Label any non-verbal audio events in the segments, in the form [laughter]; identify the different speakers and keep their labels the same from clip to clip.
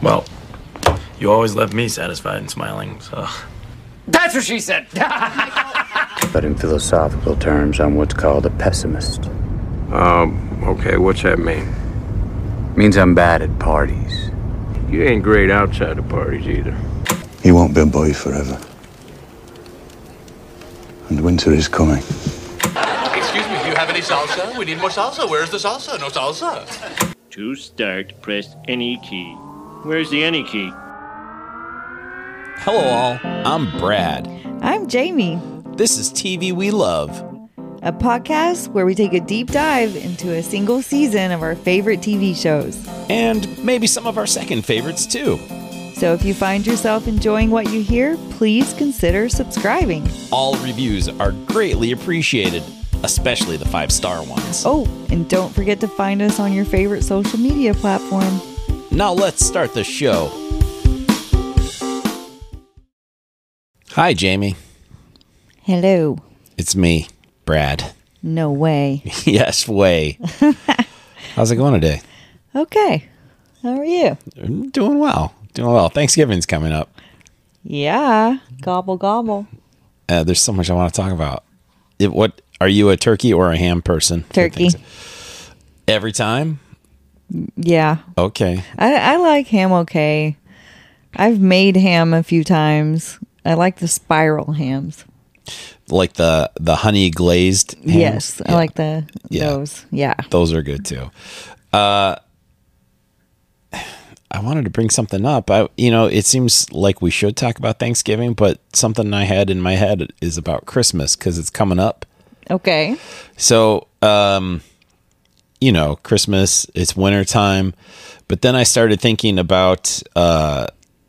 Speaker 1: Well, you always left me satisfied and smiling, so.
Speaker 2: That's what she said. [laughs]
Speaker 3: But in philosophical terms, I'm what's called a pessimist.
Speaker 4: Um, okay, what's that mean?
Speaker 3: Means I'm bad at parties.
Speaker 4: You ain't great outside of parties either.
Speaker 5: He won't be a boy forever. And winter is coming.
Speaker 6: Excuse me, do you have any salsa? We need more salsa. Where's the salsa? No salsa.
Speaker 7: To start, press any key. Where's the any key?
Speaker 8: Hello, all. I'm Brad.
Speaker 9: I'm Jamie.
Speaker 8: This is TV We Love.
Speaker 9: a podcast where we take a deep dive into a single season of our favorite TV shows.
Speaker 8: And maybe some of our second favorites, too.
Speaker 9: So if you find yourself enjoying what you hear, please consider subscribing.
Speaker 8: All reviews are greatly appreciated, especially the five star ones.
Speaker 9: Oh, and don't forget to find us on your favorite social media platform.
Speaker 8: Now let's start the show. Hi, Jamie.
Speaker 9: Hello.
Speaker 8: It's me, Brad. [laughs]
Speaker 9: No way.
Speaker 8: yes, way. How's it going today?
Speaker 9: Okay. How are you?
Speaker 8: I'm doing well. Doing well. Thanksgiving's coming up.
Speaker 9: Yeah. Gobble, gobble.
Speaker 8: Uh, there's so much I want to talk about. It, what are you a turkey or a ham person? for
Speaker 9: Turkey.
Speaker 8: Thanks- Every time?
Speaker 9: Yeah.
Speaker 8: Okay.
Speaker 9: I, I like ham okay. I've made ham a few times. I like the spiral hams.
Speaker 8: Like the the honey glazed. hams?
Speaker 9: Yes, I
Speaker 8: Yeah,
Speaker 9: like the
Speaker 8: Yeah.
Speaker 9: those. Yeah.
Speaker 8: Those are good too. Uh I wanted to bring something up. I you know, it seems like we should talk about Thanksgiving, but something I had in my head is about Christmas cuz it's coming up.
Speaker 9: Okay.
Speaker 8: So, um, you know, Christmas, it's winter time. But then I started thinking about uh,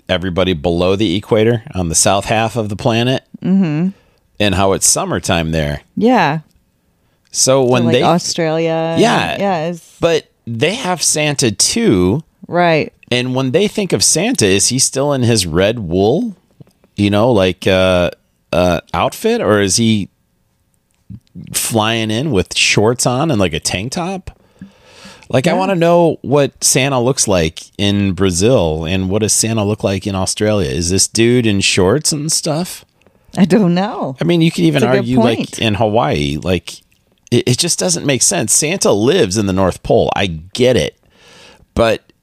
Speaker 8: everybody below the equator on the south half of the planet
Speaker 9: Mm-hmm.
Speaker 8: and how it's summertime there.
Speaker 9: Yeah.
Speaker 8: So
Speaker 9: So,
Speaker 8: when
Speaker 9: like
Speaker 8: they,
Speaker 9: Australia.
Speaker 8: Yeah.
Speaker 9: Yeah. It's,
Speaker 8: but they have Santa too.
Speaker 9: right.
Speaker 8: And when they think of Santa, is he still in his red wool, you know, like uh, uh, outfit, or is he flying in with shorts on and like a tank top? Like, I want to know what Santa looks like in Brazil, and what does Santa look like in Australia? Is this dude in shorts and stuff?
Speaker 9: I don't know.
Speaker 8: I mean, you could even
Speaker 9: That's a good
Speaker 8: argue like
Speaker 9: point.
Speaker 8: in Hawaii, like it, it just doesn't make sense. Santa lives in the North Pole. I get it. But,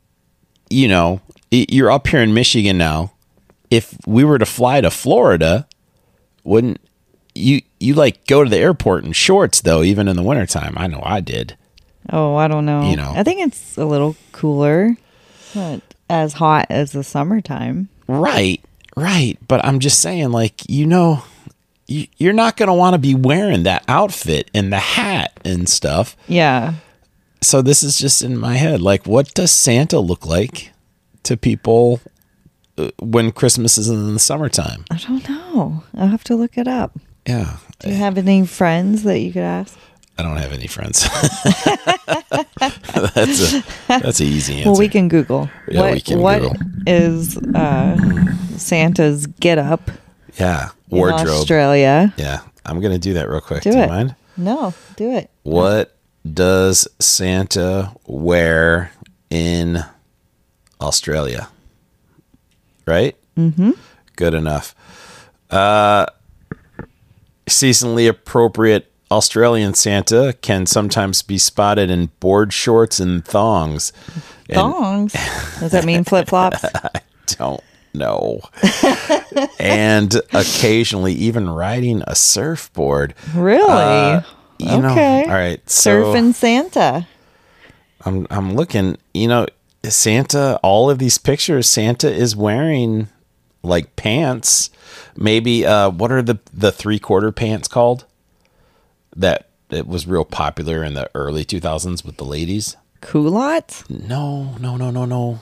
Speaker 8: you know, y- you're up here in Michigan now. If we were to fly to Florida, wouldn't you, you like go to the airport in shorts though, even in the wintertime? I know I did.
Speaker 9: Oh, I don't know.
Speaker 8: You know.
Speaker 9: I think it's a little cooler. It's not as hot as the summertime.
Speaker 8: Right, right. But I'm just saying, like, you know, you, you're not going to want to be wearing that outfit and the hat and stuff.
Speaker 9: Yeah.
Speaker 8: so this is just in my head like what does santa look like to people uh, when christmas is in the summertime
Speaker 9: I don't know. I'll have to look it up.
Speaker 8: yeah
Speaker 9: Do you have any friends that you could ask?
Speaker 8: i don't have any friends [laughs] that's a that's an easy answer
Speaker 9: Well, we can Google.
Speaker 8: Yeah,
Speaker 9: what
Speaker 8: we can
Speaker 9: what
Speaker 8: Google.
Speaker 9: is, uh, Santa's get up
Speaker 8: yeah
Speaker 9: in
Speaker 8: wardrobe
Speaker 9: Australia?
Speaker 8: yeah i'm gonna do that real quick
Speaker 9: Do
Speaker 8: do you
Speaker 9: it.
Speaker 8: mind
Speaker 9: No, do it.
Speaker 8: what does santa wear in australia right
Speaker 9: Mm-hmm.
Speaker 8: good enough. Uh, seasonally appropriate Australian Santa can sometimes be spotted in board shorts and thongs. And Uh,
Speaker 9: Thongs.
Speaker 8: [laughs]
Speaker 9: Does that mean flip flops?
Speaker 8: don't know. and occasionally even riding a surfboard.
Speaker 9: Really?
Speaker 8: Uh, you know,
Speaker 9: Okay.
Speaker 8: all right. So
Speaker 9: Surfing Santa.
Speaker 8: I'm I'm looking, you know, Santa, all of these pictures, Santa is wearing like pants. Maybe uh what are the the three quarter pants called? That it was real popular in the early two thousands with the ladies.
Speaker 9: Culottes?
Speaker 8: No, no, no, no,
Speaker 9: [laughs]
Speaker 8: no.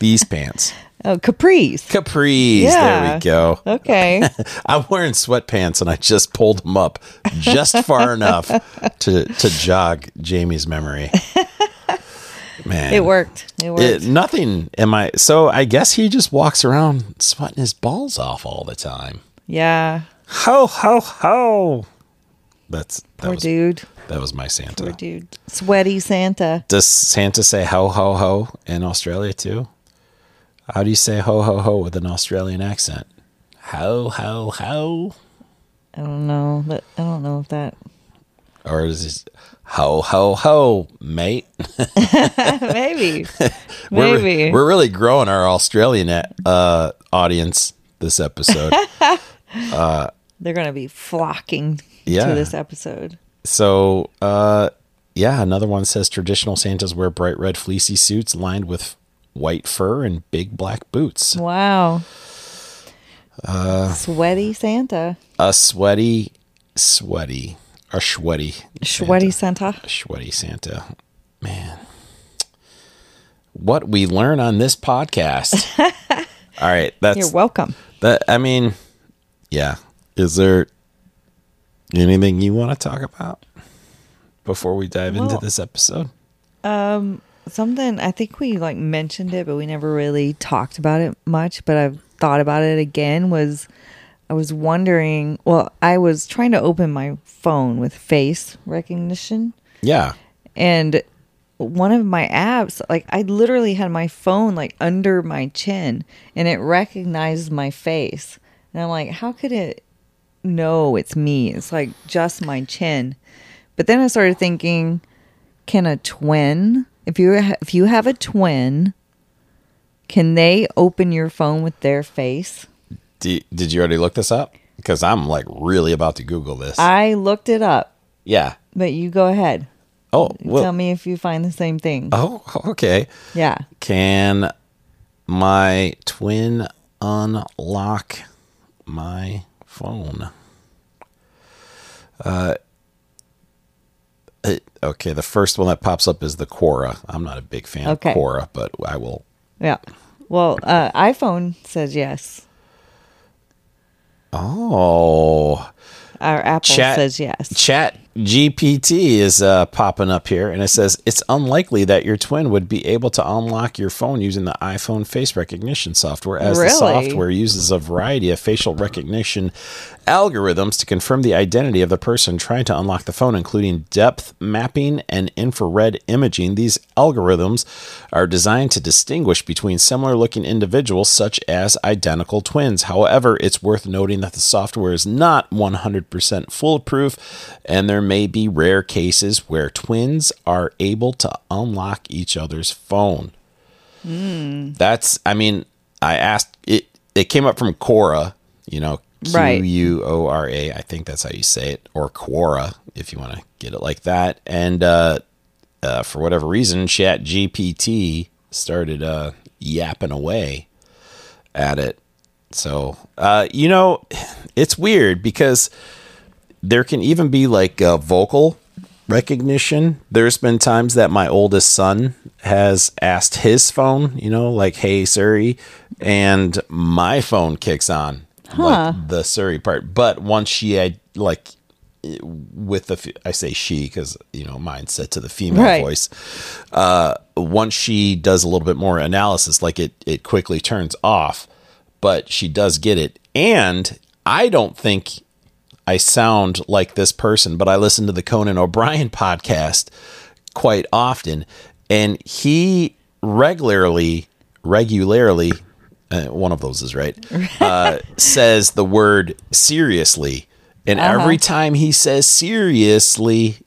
Speaker 8: These pants.
Speaker 9: Oh, capris.
Speaker 8: Capris. There
Speaker 9: Yeah.
Speaker 8: we go. [laughs]
Speaker 9: Okay.
Speaker 8: I'm wearing sweatpants and I just pulled them up just
Speaker 9: [laughs]
Speaker 8: far enough to to jog Jamie's memory. Man.
Speaker 9: it worked. It worked.
Speaker 8: It, nothing. Am I? So I guess he just walks around sweating his balls off all the time.
Speaker 9: yeah.
Speaker 8: Ho ho ho! That's that
Speaker 9: Poor
Speaker 8: was
Speaker 9: dude.
Speaker 8: that was my
Speaker 9: Poor
Speaker 8: Santa.
Speaker 9: dude. Sweaty Santa.
Speaker 8: Does Santa say ho ho ho in Australia too? How do you say ho ho ho with an Australian accent? Ho ho ho,
Speaker 9: I don't know. That I don't know if that. [laughs]
Speaker 8: or is it ho ho ho, mate? [laughs]
Speaker 9: Maybe.
Speaker 8: We're-
Speaker 9: Maybe.
Speaker 8: We're, really growing our Australian uh, audience this episode.
Speaker 9: They're going to be flocking
Speaker 8: Yeah.
Speaker 9: to this episode.
Speaker 8: so, uh, yeah, another one says traditional Santas wear bright red fleecy suits lined with white fur and big black boots.
Speaker 9: Wow.
Speaker 8: Uh,
Speaker 9: Sweaty Santa.
Speaker 8: A sweaty, sweaty, a sweaty,
Speaker 9: Sweaty Santa.
Speaker 8: sweaty Santa. Man, what we learn on this
Speaker 9: [laughs]
Speaker 8: podcast. All right, that's
Speaker 9: You're welcome.
Speaker 8: That I mean, yeah. Is there anything you want to talk about before we dive into
Speaker 9: Well-
Speaker 8: this episode?
Speaker 9: Something I think we like mentioned it, but we never really talked about it much. But I've thought about it again. Was I was wondering? Well, I was trying to open my phone with face recognition,
Speaker 8: Yeah.
Speaker 9: and one of my apps, like I literally had my phone like under my chin, and it recognized my face. And I'm like, how could it know it's me? It's like just my chin. But then I started thinking, can a twin if you ha- if you have a twin can they open your phone with their face
Speaker 8: Did, did you already look this up? Because I'm like really about to Google this.
Speaker 9: i looked it up
Speaker 8: yeah.
Speaker 9: but you go ahead
Speaker 8: Oh,
Speaker 9: tell
Speaker 8: well.
Speaker 9: me if you find the same thing
Speaker 8: Oh, okay.
Speaker 9: yeah
Speaker 8: Can my twin unlock my phone? Uh, it- okay, the first one that pops up is the Quora. I'm not a big fan
Speaker 9: Okay.
Speaker 8: of Quora, but I will.
Speaker 9: yeah well uh iphone says yes
Speaker 8: Oh,
Speaker 9: our apple
Speaker 8: Chat-
Speaker 9: says yes
Speaker 8: Chat GPT is uh, popping up here, and it says it's unlikely that your twin would be able to unlock your phone using the iPhone face recognition software, as the
Speaker 9: Really?
Speaker 8: software uses a variety of facial recognition algorithms to confirm the identity of the person trying to unlock the phone, including depth mapping and infrared imaging. These algorithms are designed to distinguish between similar looking individuals, such as identical twins. However, it's worth noting that the software is not 100% foolproof, and there may be rare cases where twins are able to unlock each other's phone. That's, I mean, I asked it. It came up from Quora, you know,
Speaker 9: Right.
Speaker 8: Q U O R A. I think that's how you say it, or Quora, if you want to get it like that. And uh, uh, for whatever reason, Chat GPT started uh, yapping away at it. So, uh, you know, [sighs] it's weird because there can even be like uh, vocal recognition. There's been times that my oldest son has asked his phone, you know, like, hey, Siri, and my phone kicks on like the Siri part. But once she had, like, with the, f- I say she because, you know, mine's set to the female
Speaker 9: Right.
Speaker 8: voice uh, once she does a little bit more analysis, like it it quickly turns off, but she does get it. And I don't think I sound like this person, but I listen to the Conan O'Brien [laughs] podcast quite often, and he regularly, regularly, uh, one of those is right, uh, says the word seriously. And every time he says seriously,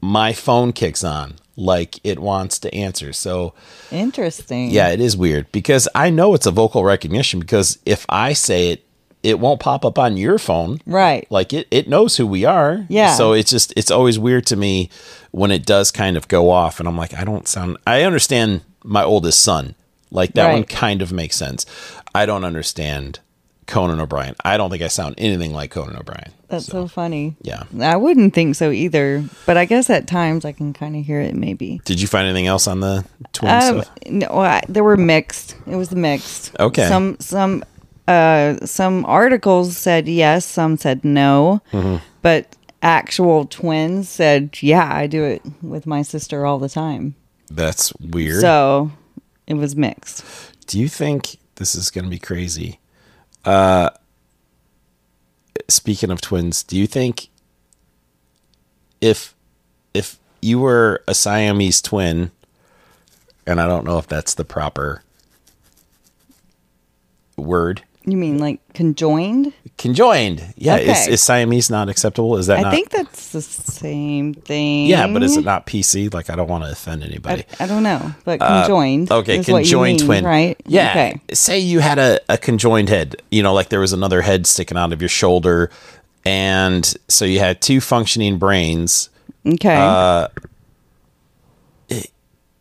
Speaker 8: my phone kicks on like it wants to answer. So,
Speaker 9: interesting
Speaker 8: yeah, it is weird because I know it's a vocal recognition because if I say it, it won't pop up on your phone.
Speaker 9: Right.
Speaker 8: Like it, it knows who we are.
Speaker 9: Yeah.
Speaker 8: So it's just, it's always weird to me when it does kind of go off and I'm like, I don't sound, I understand my oldest son. Like that one
Speaker 9: Right.
Speaker 8: kind of makes sense. I don't understand Conan O'Brien. I don't think I sound anything like Conan O'Brien.
Speaker 9: that's so funny
Speaker 8: Yeah.
Speaker 9: i wouldn't think so either but i guess at times i can kind of hear it maybe
Speaker 8: Did you find anything else on the twin
Speaker 9: Um,
Speaker 8: stuff?
Speaker 9: no, I, they were mixed. It was mixed.
Speaker 8: Okay.
Speaker 9: Some some uh some articles said yes, some said no,
Speaker 8: Mm-hmm.
Speaker 9: but actual twins said yeah. I do it with my sister all the time.
Speaker 8: That's weird.
Speaker 9: So it was mixed.
Speaker 8: Do you think this is going to be crazy? Uh, speaking of twins, do you think if if you were a Siamese twin, and I don't know if that's the proper word.
Speaker 9: You mean like conjoined?
Speaker 8: Conjoined. Yeah. Is,
Speaker 9: Okay.
Speaker 8: is Siamese not acceptable? Is that
Speaker 9: I
Speaker 8: not?
Speaker 9: think that's the same thing.
Speaker 8: yeah, but is it not PC? Like, I don't want to offend anybody.
Speaker 9: I, I don't know, but conjoined.
Speaker 8: Uh, Okay,
Speaker 9: is what you
Speaker 8: conjoined
Speaker 9: mean,
Speaker 8: twin.
Speaker 9: right?
Speaker 8: Yeah.
Speaker 9: Okay.
Speaker 8: Say you had a, a conjoined head, you know, like there was another head sticking out of your shoulder. And so you had two functioning brains,
Speaker 9: Okay.
Speaker 8: Uh,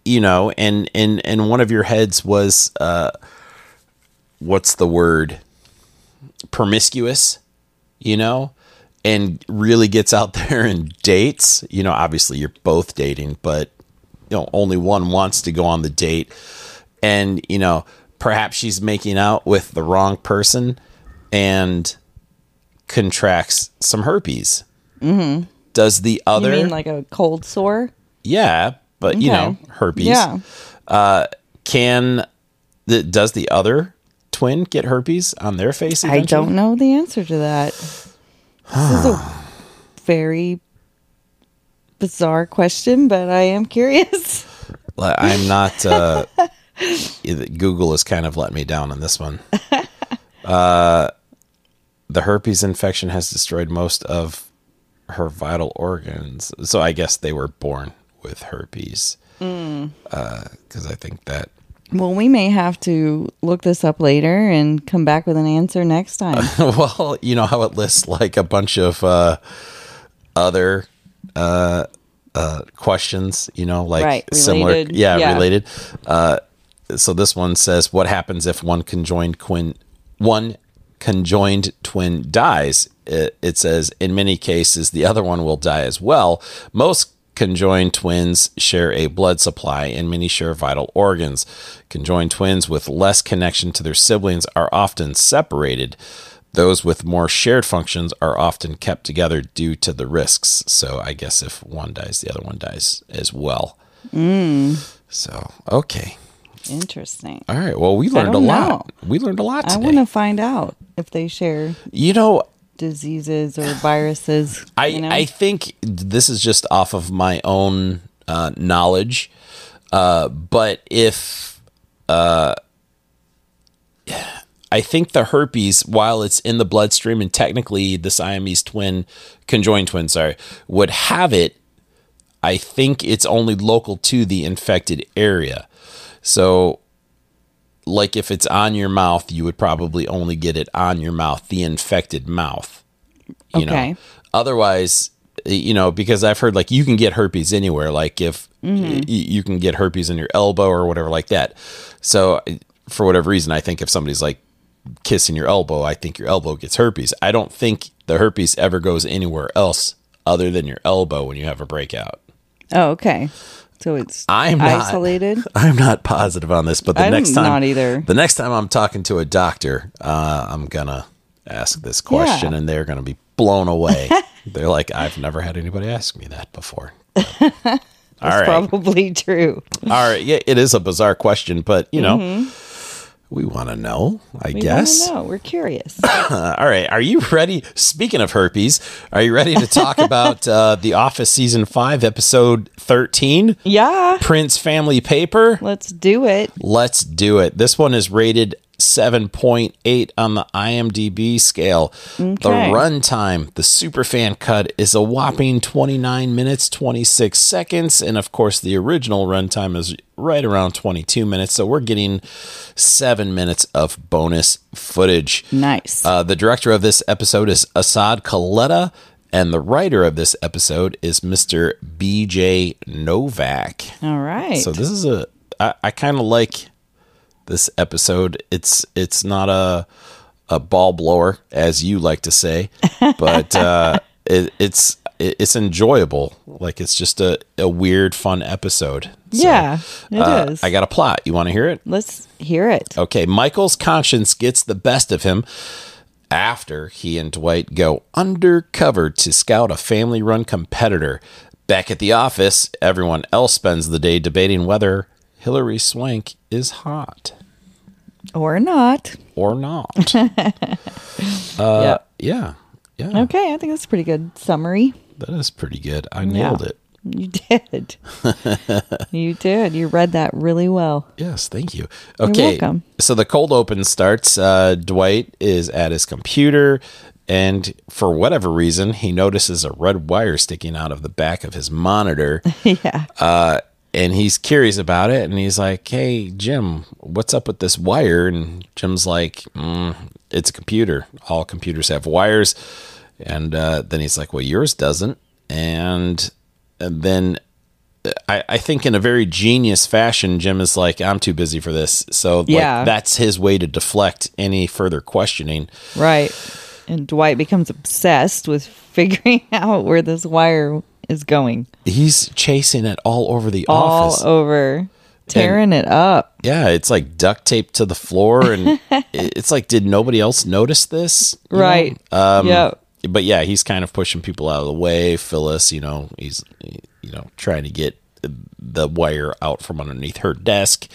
Speaker 8: you know, and, and, and one of your heads was, uh, what's the word? Promiscuous, you know, and really gets out [laughs] there and dates. You know, obviously you're both dating, but, you know, only one wants to go on the date. and you know perhaps she's making out with the wrong person and contracts some herpes does the
Speaker 9: Mm-hmm. you
Speaker 8: other
Speaker 9: mean like a cold sore?
Speaker 8: yeah but you know
Speaker 9: Okay.
Speaker 8: herpes
Speaker 9: Yeah.
Speaker 8: can the, does the other twin get herpes on their face
Speaker 9: I
Speaker 8: eventually?
Speaker 9: don't know the answer to that. This is a very bizarre question, but I am curious. [laughs]
Speaker 8: Like, i'm not uh [laughs] google has kind of let me down on this
Speaker 9: [laughs]
Speaker 8: one uh the herpes infection has destroyed most of her vital organs. So I guess they were born with herpes.
Speaker 9: Mm.
Speaker 8: Because I think that
Speaker 9: Well, we may have to look this up later and come back with an answer
Speaker 8: [laughs]
Speaker 9: next time.
Speaker 8: well, you know how it lists like a bunch of uh, other uh, uh, questions, you know, like
Speaker 9: Right,
Speaker 8: similar,
Speaker 9: related.
Speaker 8: yeah,
Speaker 9: Yeah.
Speaker 8: related. Uh, so this one says, "What happens if one conjoined twin, one conjoined twin dies?" It, it says, "In many cases, the other one will die as well. Most." Conjoined twins share a blood supply and many share vital organs. Conjoined twins with less connection to their siblings are often separated. Those with more shared functions are often kept together due to the risks. So I guess if one dies, the other one dies as well.
Speaker 9: Mm.
Speaker 8: So okay,
Speaker 9: Interesting.
Speaker 8: all right. Well, we learned a
Speaker 9: don't
Speaker 8: lot. We learned a lot
Speaker 9: I
Speaker 8: Uh, today.
Speaker 9: want to find out if they share
Speaker 8: you know,
Speaker 9: diseases or viruses.
Speaker 8: I
Speaker 9: you know?
Speaker 8: I think this is just off of my own uh, knowledge, uh, but if uh, I think the herpes, while it's in the bloodstream, and technically the Siamese twin, conjoined twin, sorry, would have it. I think it's only local to the infected area, so. Like if it's on your mouth, you would probably only get it on your mouth, the infected mouth. You know,
Speaker 9: Okay.
Speaker 8: otherwise you know because i've heard like you can get herpes anywhere like if y- you can get herpes in your elbow or whatever like that so for whatever reason i think if somebody's like kissing your elbow i think your elbow gets herpes i don't think the herpes ever goes anywhere else other than your elbow when you have a breakout
Speaker 9: oh, okay. So it's
Speaker 8: I'm not-
Speaker 9: isolated.
Speaker 8: i'm not positive on this but the
Speaker 9: I'm
Speaker 8: next time
Speaker 9: not either.
Speaker 8: the next time i'm talking to a doctor uh, i'm gonna ask this question
Speaker 9: Yeah.
Speaker 8: and they're gonna be blown away [laughs] they're like i've never had anybody ask me that
Speaker 9: [laughs]
Speaker 8: before [laughs] all
Speaker 9: It's
Speaker 8: right
Speaker 9: probably true.
Speaker 8: All right. Yeah, it is a bizarre question, but you know, we want to know, I
Speaker 9: Mm-hmm. We
Speaker 8: guess.
Speaker 9: don't know. We're curious.
Speaker 8: Uh, all right. Are you ready? Speaking of herpes, are you ready to
Speaker 9: [laughs]
Speaker 8: talk about uh, The Office Season 5, Episode 13?
Speaker 9: yeah.
Speaker 8: Prince Family Paper?
Speaker 9: Let's do it.
Speaker 8: Let's do it. This one is rated 7.8 on the IMDb scale. The runtime, the superfan cut, is a whopping 29 minutes, 26 seconds. And of course, the original runtime is right around 22 minutes. So we're getting seven minutes of bonus footage.
Speaker 9: Nice.
Speaker 8: Uh, the director of this episode is Assad Coletta, and the writer of this episode is Mr. BJ Novak.
Speaker 9: All right.
Speaker 8: So this is a I, I kind of like this episode. It's it's not a a ball blower as you like to say,
Speaker 9: [laughs]
Speaker 8: but uh, it, it's it, it's enjoyable. Like it's just a a weird fun episode. So,
Speaker 9: yeah, it is.
Speaker 8: uh, I got a plot. You want to hear it?
Speaker 9: Let's hear it.
Speaker 8: Okay, Michael's conscience gets the best of him after he and Dwight go undercover to scout a family run competitor. Back at the office, everyone else spends the day debating whether Hillary Swank is hot Oh.
Speaker 9: Or not.
Speaker 8: or not. yeah. Yeah. Uh,
Speaker 9: yeah. Okay, I think that's a pretty good summary.
Speaker 8: That is pretty good. I nailed it.
Speaker 9: You [laughs]
Speaker 8: [laughs]
Speaker 9: did. you did. You read that really well.
Speaker 8: Yes, thank you.
Speaker 9: You're
Speaker 8: Okay.
Speaker 9: welcome.
Speaker 8: So the cold open starts. Uh, Dwight is at his computer, and for whatever reason, he notices a red wire sticking out of the back of his monitor.
Speaker 9: [laughs]
Speaker 8: Uh,
Speaker 9: yeah.
Speaker 8: and he's curious about it and he's like hey jim what's up with this wire and jim's like mm, it's a computer all computers have wires and uh, then he's like well yours doesn't and, and then uh, I, I think in a very genius fashion jim is like i'm too busy for this so like,
Speaker 9: Yeah.
Speaker 8: that's his way to deflect any further questioning
Speaker 9: Right. And Dwight becomes obsessed with [laughs] figuring out where this wire is going
Speaker 8: he's chasing it all over the
Speaker 9: all
Speaker 8: office
Speaker 9: over, tearing it up.
Speaker 8: Yeah, it's like duct taped to the floor, and [laughs] it- it's like, did nobody else notice this? You know?
Speaker 9: Right.
Speaker 8: Um,
Speaker 9: Yep.
Speaker 8: But yeah, he's kind of pushing people out of the way. Phyllis, you know, he's you know trying to get the wire out from underneath her
Speaker 9: [laughs]
Speaker 8: desk.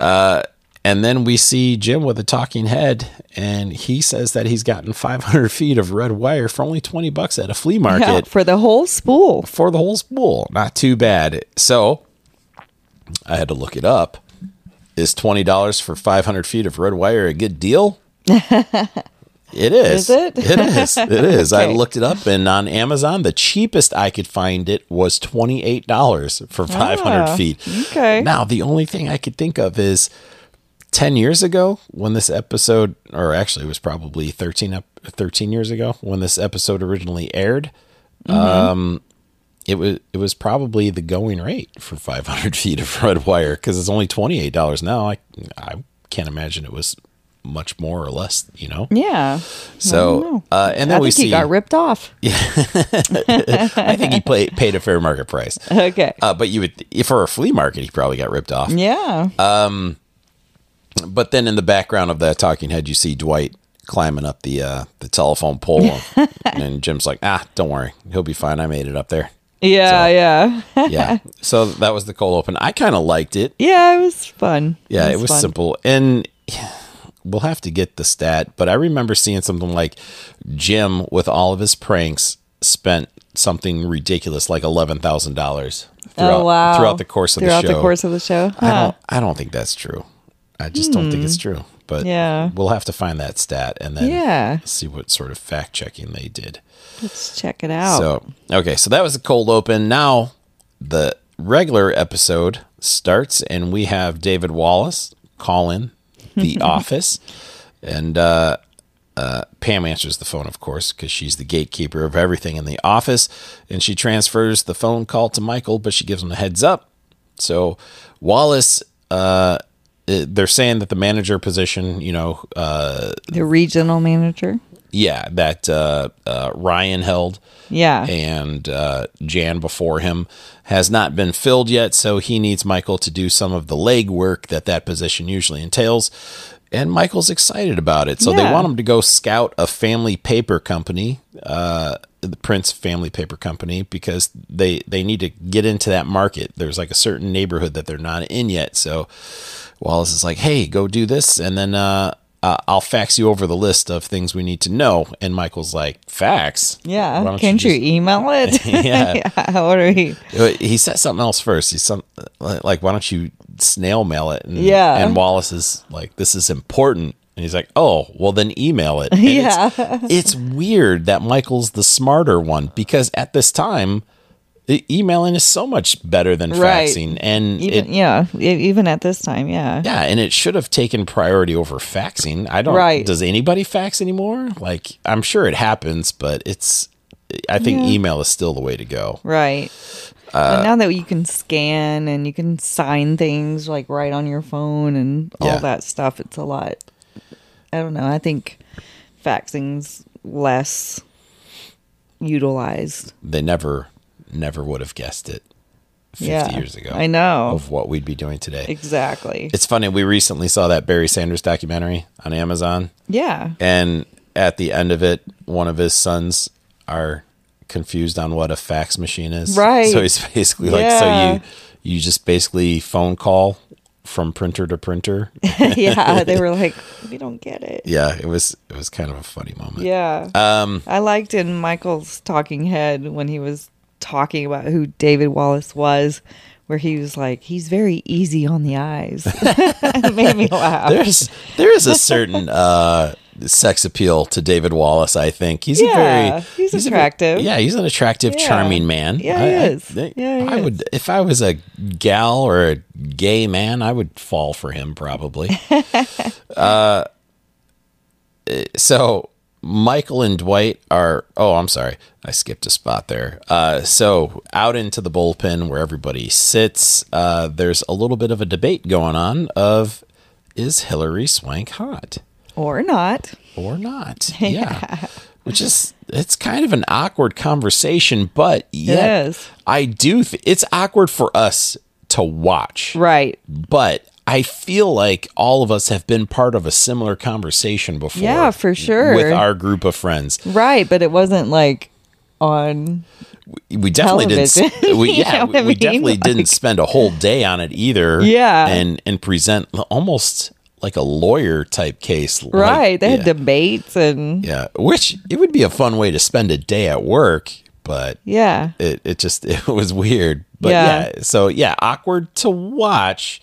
Speaker 8: uh, and then we see Jim with a talking head, and he says that he's gotten 500 feet of red wire for only 20 bucks at a flea
Speaker 9: [laughs] Yeah,
Speaker 8: market
Speaker 9: for the whole spool.
Speaker 8: for the whole spool. Not too bad. So I had to look it up. Is twenty dollars for five hundred feet of red wire a good
Speaker 9: [laughs]
Speaker 8: deal? it is.
Speaker 9: Is it?
Speaker 8: It is. It is. I
Speaker 9: [laughs] Okay.
Speaker 8: looked it up, and on Amazon, the cheapest I could find it was twenty eight dollars for five hundred
Speaker 9: Ah,
Speaker 8: feet.
Speaker 9: okay.
Speaker 8: Now the only thing I could think of is. 10 years ago when this episode or actually it was probably 13 up 13 years ago when this episode originally aired
Speaker 9: Mm-hmm.
Speaker 8: um, it was it was probably the going rate for 500 [laughs] feet of red wire because it's only twenty eight dollars now. I I can't imagine it was much more or less. You know.
Speaker 9: Yeah.
Speaker 8: so uh, and
Speaker 9: I
Speaker 8: then we
Speaker 9: think
Speaker 8: see.
Speaker 9: he got ripped off.
Speaker 8: I think he pay, paid a fair market price.
Speaker 9: [laughs] Okay.
Speaker 8: Uh, but you would if for a flea market, he probably got ripped off.
Speaker 9: yeah.
Speaker 8: uh, But then in the background of that talking head, you see Dwight climbing up the uh, the telephone
Speaker 9: [laughs]
Speaker 8: pole, and Jim's like, "Ah, don't worry, he'll be fine. I made it up
Speaker 9: [laughs]
Speaker 8: there."
Speaker 9: yeah. yeah. [laughs]
Speaker 8: Yeah. so that was the cold open. I kind of liked it.
Speaker 9: Yeah. It was fun.
Speaker 8: Yeah, it was
Speaker 9: fun.
Speaker 8: simple. And we'll have to get the stat, but I remember seeing something like Jim with all of his pranks spent something ridiculous like $11,000 throughout,
Speaker 9: oh, wow.
Speaker 8: throughout the course of
Speaker 9: throughout
Speaker 8: the show.
Speaker 9: the course of the show.
Speaker 8: I
Speaker 9: Huh. Hmm.
Speaker 8: don't I don't think that's true. I just don't think it's true. But [laughs]
Speaker 9: Yeah.
Speaker 8: we'll have to find that stat and then
Speaker 9: Uh-huh. Yeah.
Speaker 8: see what sort of fact checking they did.
Speaker 9: Let's check it out.
Speaker 8: So okay, so that was the cold open. Now the regular episode starts, and we have David Wallace call in the office, and uh, uh, Pam answers the phone, of course, because she's the gatekeeper of everything in the office, and she transfers the phone call to Michael, but she gives him a heads up. So Wallace. Uh, eh, they're saying that the manager position, you know, uh,
Speaker 9: the regional manager.
Speaker 8: yeah, that uh, uh, Ryan held,
Speaker 9: Yeah.
Speaker 8: and uh, Jan before him has not been filled yet, so he needs Michael to do some of the leg work that that position usually entails. And Michael's excited about it, so they
Speaker 9: Yeah.
Speaker 8: want him to go scout a family paper company, uh, the Prince Family Paper Company, because they they need to get into that market. There's like a certain neighborhood that they're not in yet, so Wallace is like, "Hey, go do this," and then uh, uh, I'll fax you over the list of things we need to know. And Michael's like, "Fax?
Speaker 9: yeah.
Speaker 8: Why don't
Speaker 9: Can't you,
Speaker 8: just- [laughs]
Speaker 9: email it? [laughs]
Speaker 8: Yeah.
Speaker 9: What are we?
Speaker 8: Wait, Uh, He said something else first. He's some like, "Why don't you snail mail it?" And,
Speaker 9: Yeah.
Speaker 8: And Wallace is like, "This is important." And he's like, "Oh, well, then email it." And
Speaker 9: [laughs]
Speaker 8: It's, it's weird that Michael's the smarter one because at this time, e- emailing is so much better than
Speaker 9: Right.
Speaker 8: faxing, and it,
Speaker 9: Even, yeah. e- Even at this time. Yeah.
Speaker 8: yeah, and it should have taken priority over faxing. I don't.
Speaker 9: Right.
Speaker 8: Does anybody fax anymore? Like, I'm sure it happens, but it's. I think email is still the way to go.
Speaker 9: Right.
Speaker 8: Uh,
Speaker 9: but now that you can scan and you can sign things like right on your phone and all
Speaker 8: Yeah.
Speaker 9: that stuff, it's a lot. I don't know. I think faxing's less utilized.
Speaker 8: They never, never would have guessed it 50
Speaker 9: Yeah,
Speaker 8: years ago.
Speaker 9: I know.
Speaker 8: of what we'd be doing today.
Speaker 9: Exactly.
Speaker 8: It's funny. We recently saw that Barry Sanders documentary on Amazon, [laughs]
Speaker 9: yeah. [laughs]
Speaker 8: and at the end of it, one of his sons are confused on what a fax machine is.
Speaker 9: Right.
Speaker 8: So he's basically
Speaker 9: Yeah.
Speaker 8: like, so you you just basically phone call from printer to
Speaker 9: [laughs]
Speaker 8: printer.
Speaker 9: yeah. They were like, we don't get it.
Speaker 8: yeah, it was it was kind of a funny moment.
Speaker 9: Yeah. Um I liked in Michael's talking head when he was talking about who David Wallace was, where he was like, he's very easy on the eyes. [laughs] it made [laughs] me laugh.
Speaker 8: There's there
Speaker 9: [laughs]
Speaker 8: is a certain uh, sex appeal to David Wallace. I think he's a
Speaker 9: Yeah,
Speaker 8: very
Speaker 9: he's
Speaker 8: a very-
Speaker 9: attractive.
Speaker 8: yeah, he's an attractive,
Speaker 9: Yeah.
Speaker 8: charming man.
Speaker 9: Yeah,
Speaker 8: I,
Speaker 9: he
Speaker 8: I-
Speaker 9: is.
Speaker 8: I,
Speaker 9: Yeah, he
Speaker 8: I would if I was a gal or a gay man, I would fall for him
Speaker 9: [laughs]
Speaker 8: probably. uh, eh, so Michael and Dwight are. Oh, I'm sorry, I skipped a spot there. Uh, so out into the bullpen where everybody sits. Uh, there's a little bit of a debate going on of is Hillary Swank hot?
Speaker 9: or not.
Speaker 8: or
Speaker 9: [laughs]
Speaker 8: not. Yeah. Which is it's kind of an awkward conversation, but yet
Speaker 9: is.
Speaker 8: I do th- it's awkward for us to watch.
Speaker 9: Right.
Speaker 8: But I feel like all of us have been part of a similar conversation before.
Speaker 9: Yeah, for sure.
Speaker 8: With our group of friends.
Speaker 9: Right. But it wasn't like on.
Speaker 8: We definitely didn't
Speaker 9: Television. [laughs]
Speaker 8: we,
Speaker 9: You
Speaker 8: yeah,
Speaker 9: know what I
Speaker 8: we
Speaker 9: mean?
Speaker 8: definitely didn't
Speaker 9: Like-
Speaker 8: spend a whole day on it either.
Speaker 9: Yeah.
Speaker 8: And and present almost like a lawyer type case. like-
Speaker 9: Right. They had
Speaker 8: yeah.
Speaker 9: debates and.
Speaker 8: Yeah, which it would be a fun way to spend a day at work, but
Speaker 9: Yeah.
Speaker 8: it, it just [laughs] it was weird. But yeah.
Speaker 9: Yeah.
Speaker 8: so yeah, awkward to watch,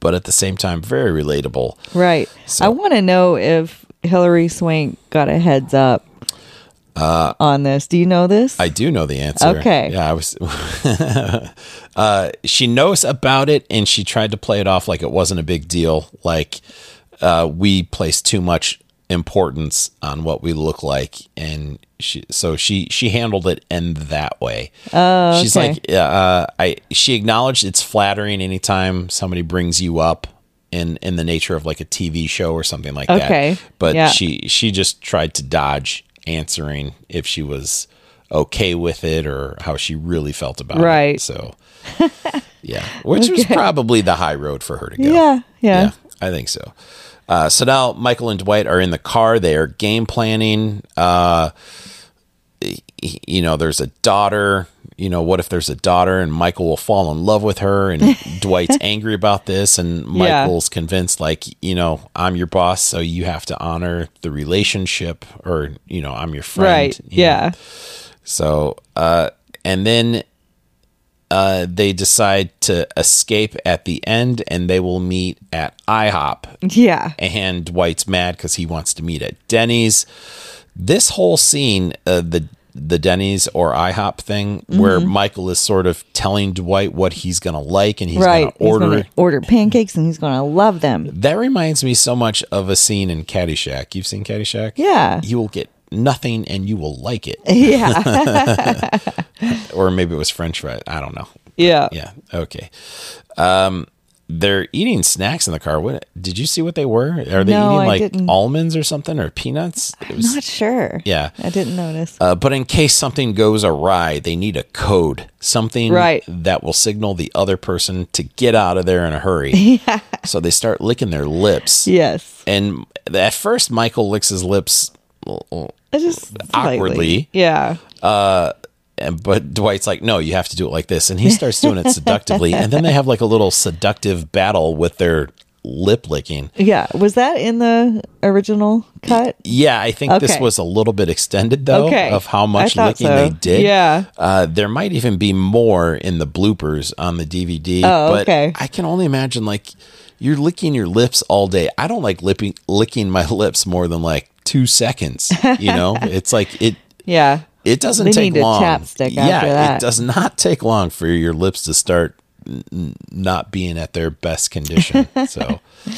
Speaker 8: but at the same time very relatable.
Speaker 9: Right. I want to know if Hillary Swank got a heads up on this. Do you know this?
Speaker 8: I do know the answer.
Speaker 9: Okay.
Speaker 8: Yeah, I was. [laughs] uh, she knows about it, and she tried to play it off like it wasn't a big deal. Like uh, we place too much importance on what we look like, and she so she she handled it in that way. Oh, she's
Speaker 9: okay.
Speaker 8: like, uh, I. She acknowledged it's flattering anytime somebody brings you up. In, in the nature of like a TV show or something like that.
Speaker 9: Okay.
Speaker 8: But
Speaker 9: Yeah.
Speaker 8: she she just tried to dodge answering if she was okay with it or how she really felt about it.
Speaker 9: Right.
Speaker 8: So [laughs] yeah, which was probably the high road for her to go.
Speaker 9: Yeah, yeah.
Speaker 8: I think so. Uh, so now Michael and Dwight are in the car. They are game planning. Uh, y- y- you know, there's a daughter. You know, what if there's a daughter and Michael will fall in love with her?
Speaker 9: [laughs]
Speaker 8: And Dwight's angry about this, and
Speaker 9: Yeah.
Speaker 8: Michael's convinced, like, you know, I'm your boss, so you have to honor the relationship, or you know, I'm your friend.
Speaker 9: right.
Speaker 8: you know?
Speaker 9: Yeah.
Speaker 8: So, uh, and then uh, they decide to escape at the end, and they will meet at IHOP.
Speaker 9: Yeah.
Speaker 8: And Dwight's mad because he wants to meet at Denny's. This whole scene, uh, the the Denny's or IHOP thing, where
Speaker 9: Mm-hmm.
Speaker 8: Michael is sort of telling Dwight what he's gonna like, and he's
Speaker 9: right.
Speaker 8: gonna order.
Speaker 9: He's going to order pancakes and he's going to love them.
Speaker 8: That reminds me so much of a scene in Caddyshack. You've seen Caddyshack? [laughs]
Speaker 9: Yeah. [laughs]
Speaker 8: You will get nothing and you will like it.
Speaker 9: Yeah.
Speaker 8: or maybe it was French fries. I don't know.
Speaker 9: yeah.
Speaker 8: Yeah. Okay. Um, they're eating snacks in the car. What did you see? What they were? Are they
Speaker 9: No, I
Speaker 8: eating like
Speaker 9: didn't.
Speaker 8: almonds or something or peanuts? It
Speaker 9: I'm
Speaker 8: was-
Speaker 9: not sure.
Speaker 8: Yeah.
Speaker 9: I didn't notice.
Speaker 8: Uh, but in case something goes awry, they need a code, something
Speaker 9: Right.
Speaker 8: that will signal the other person to get out of there in a
Speaker 9: [laughs]
Speaker 8: hurry. Yeah. So they start licking their lips.
Speaker 9: yes.
Speaker 8: And at first, Michael licks his lips
Speaker 9: I just slightly.
Speaker 8: Awkwardly.
Speaker 9: Yeah.
Speaker 8: And, but Dwight's like, no, you have to do it like this. And he starts doing it seductively. And then they have like a little seductive battle with their lip licking.
Speaker 9: Yeah. Was that in the original cut?
Speaker 8: Yeah, I think this
Speaker 9: Okay.
Speaker 8: was a little bit extended though
Speaker 9: Okay.
Speaker 8: of how much
Speaker 9: I thought
Speaker 8: licking
Speaker 9: so.
Speaker 8: they did.
Speaker 9: Yeah.
Speaker 8: Uh, there might even be more in the bloopers on the DVD.
Speaker 9: Oh,
Speaker 8: but
Speaker 9: okay.
Speaker 8: I can only imagine like you're licking your lips all day. I don't like lipping, licking my [laughs] lips more than like two seconds. You
Speaker 9: [laughs]
Speaker 8: know, it's like it
Speaker 9: Yeah.
Speaker 8: it doesn't
Speaker 9: They
Speaker 8: take
Speaker 9: need a
Speaker 8: long.
Speaker 9: chapstick
Speaker 8: yeah,
Speaker 9: after
Speaker 8: it
Speaker 9: that.
Speaker 8: does not take long for your lips to start n- n- not being at their best
Speaker 9: [laughs]
Speaker 8: condition. so, um,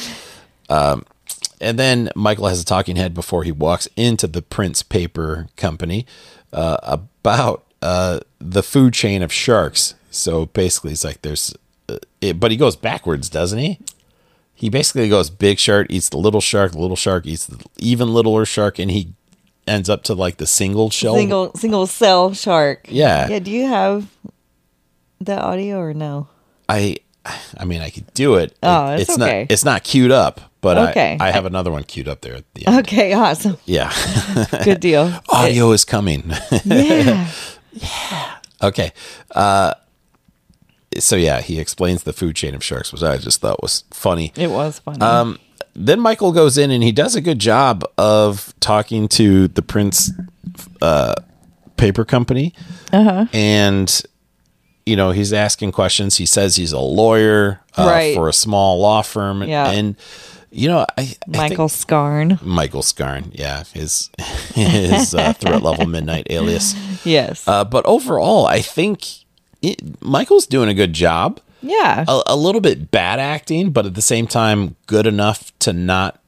Speaker 8: and then Michael has a talking head before he walks into the Prince Paper Company uh, about uh, the food chain of sharks. So basically, it's like there's, uh, it, but he goes backwards, doesn't he? He basically goes big shark eats the little shark, the little shark eats the even littler shark, and he ends up to like the single shell
Speaker 9: Single single cell shark.
Speaker 8: Yeah.
Speaker 9: Yeah. Do you have the audio or no?
Speaker 8: I I mean I could do it.
Speaker 9: Oh,
Speaker 8: It-
Speaker 9: it's okay.
Speaker 8: not it's not queued up, but
Speaker 9: Okay.
Speaker 8: I, I have another one queued up there at the
Speaker 9: [laughs]
Speaker 8: end. [laughs]
Speaker 9: Okay. Awesome.
Speaker 8: Yeah.
Speaker 9: Good deal.
Speaker 8: Audio is coming.
Speaker 9: [laughs]
Speaker 8: [laughs]
Speaker 9: yeah.
Speaker 8: okay. Uh so yeah, he explains the food chain of sharks, which I just thought was funny.
Speaker 9: It was funny.
Speaker 8: Um, Then Michael goes in and he does a good job of talking to the prince uh paper company.
Speaker 9: Uh-huh.
Speaker 8: And, you know, he's asking questions. He says he's a lawyer uh,
Speaker 9: Right.
Speaker 8: for a small law firm.
Speaker 9: Yeah.
Speaker 8: And, you know, I, I think-
Speaker 9: Michael Scarn.
Speaker 8: Michael Scarn. Yeah. His, [laughs] his uh, threat level midnight alias.
Speaker 9: Yes.
Speaker 8: Uh, but overall, I think it, Michael's doing a good job.
Speaker 9: yeah.
Speaker 8: A, a little bit bad acting, but at the same time, good enough to not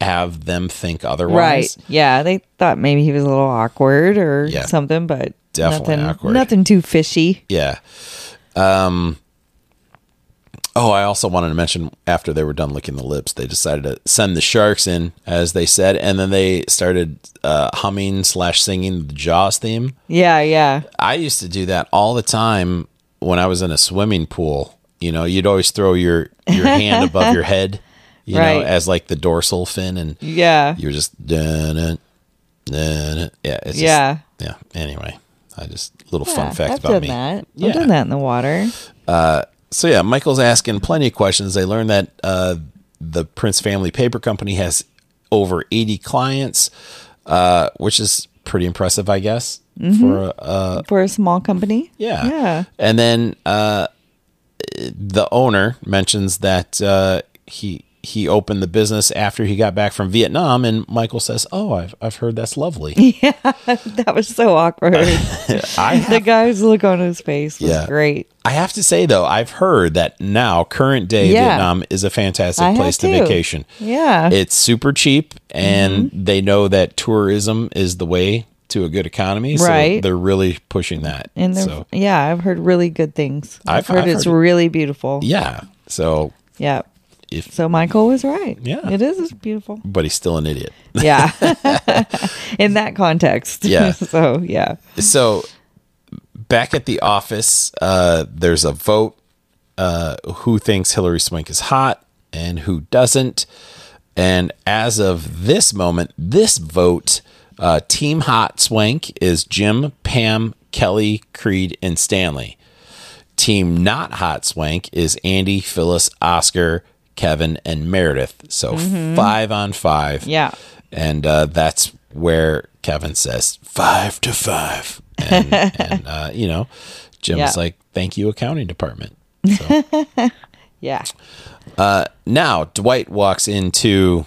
Speaker 8: have them think otherwise.
Speaker 9: Right. Yeah. They thought maybe he was a little awkward or
Speaker 8: Yeah.
Speaker 9: something, but
Speaker 8: Definitely
Speaker 9: nothing,
Speaker 8: awkward.
Speaker 9: nothing too fishy.
Speaker 8: Yeah. Um. Oh, I also wanted to mention after they were done licking the lips, they decided to send the sharks in, as they said, and then they started uh, humming slash singing the Jaws theme.
Speaker 9: Yeah. Yeah.
Speaker 8: I used to do that all the time when I was in a swimming pool. You know, you'd always throw your your hand above
Speaker 9: [laughs]
Speaker 8: your head, you know,
Speaker 9: Right.
Speaker 8: as like the dorsal fin, and
Speaker 9: Yeah.
Speaker 8: you were just dun dun dun. Yeah, it's just-
Speaker 9: Yeah.
Speaker 8: yeah. Anyway, I just little
Speaker 9: Yeah,
Speaker 8: fun fact
Speaker 9: I've
Speaker 8: about
Speaker 9: done
Speaker 8: me.
Speaker 9: that.
Speaker 8: Yeah.
Speaker 9: I've done that in the water.
Speaker 8: So yeah, Michael's asking plenty of questions. They learned that uh, the Prince Family Paper Company has over eighty clients, uh, which is pretty impressive, I guess,
Speaker 9: Mm-hmm.
Speaker 8: for a,
Speaker 9: For a small company.
Speaker 8: Uh, Yeah.
Speaker 9: Yeah.
Speaker 8: And then uh, the owner mentions that uh, he he opened the business after he got back from Vietnam, and Michael says, "Oh, I've I've heard that's
Speaker 9: [laughs]
Speaker 8: lovely."
Speaker 9: That was so
Speaker 8: [laughs]
Speaker 9: awkward.
Speaker 8: I
Speaker 9: the
Speaker 8: have,
Speaker 9: guy's look on his face was
Speaker 8: Yeah.
Speaker 9: great.
Speaker 8: I have to say though, I've heard that now current day
Speaker 9: Yeah.
Speaker 8: Vietnam is a fantastic
Speaker 9: I have
Speaker 8: place to
Speaker 9: too.
Speaker 8: vacation.
Speaker 9: Yeah.
Speaker 8: It's super cheap, and
Speaker 9: Mm-hmm.
Speaker 8: they know that tourism is the way to a good economy, so
Speaker 9: Right.
Speaker 8: they're really pushing that.
Speaker 9: and they're-
Speaker 8: so
Speaker 9: yeah, I've heard really good things. I've,
Speaker 8: I've-
Speaker 9: heard
Speaker 8: I've
Speaker 9: it's
Speaker 8: heard it.
Speaker 9: really beautiful.
Speaker 8: yeah, so
Speaker 9: Yeah.
Speaker 8: if
Speaker 9: So Michael was right.
Speaker 8: Yeah.
Speaker 9: It is it's
Speaker 8: [laughs]
Speaker 9: beautiful.
Speaker 8: but he's still an idiot.
Speaker 9: Yeah. [laughs] In that context.
Speaker 8: Yeah.
Speaker 9: [laughs] so, yeah.
Speaker 8: so back at the office, uh, there's a vote uh, who thinks Hillary Swank is hot and who doesn't. And as of this moment, this vote, uh, Team Hot Swank is Jim, Pam, Kelly, Creed, and Stanley. Team Not Hot Swank is Andy, Phyllis, Oscar, Kevin, and Meredith. So five on five.
Speaker 9: Yeah.
Speaker 8: And uh, that's where Kevin says five to five. And, and uh, you know, Jim's
Speaker 9: Yeah.
Speaker 8: like, thank you, accounting department.
Speaker 9: Yeah. [laughs]
Speaker 8: Now, Dwight walks into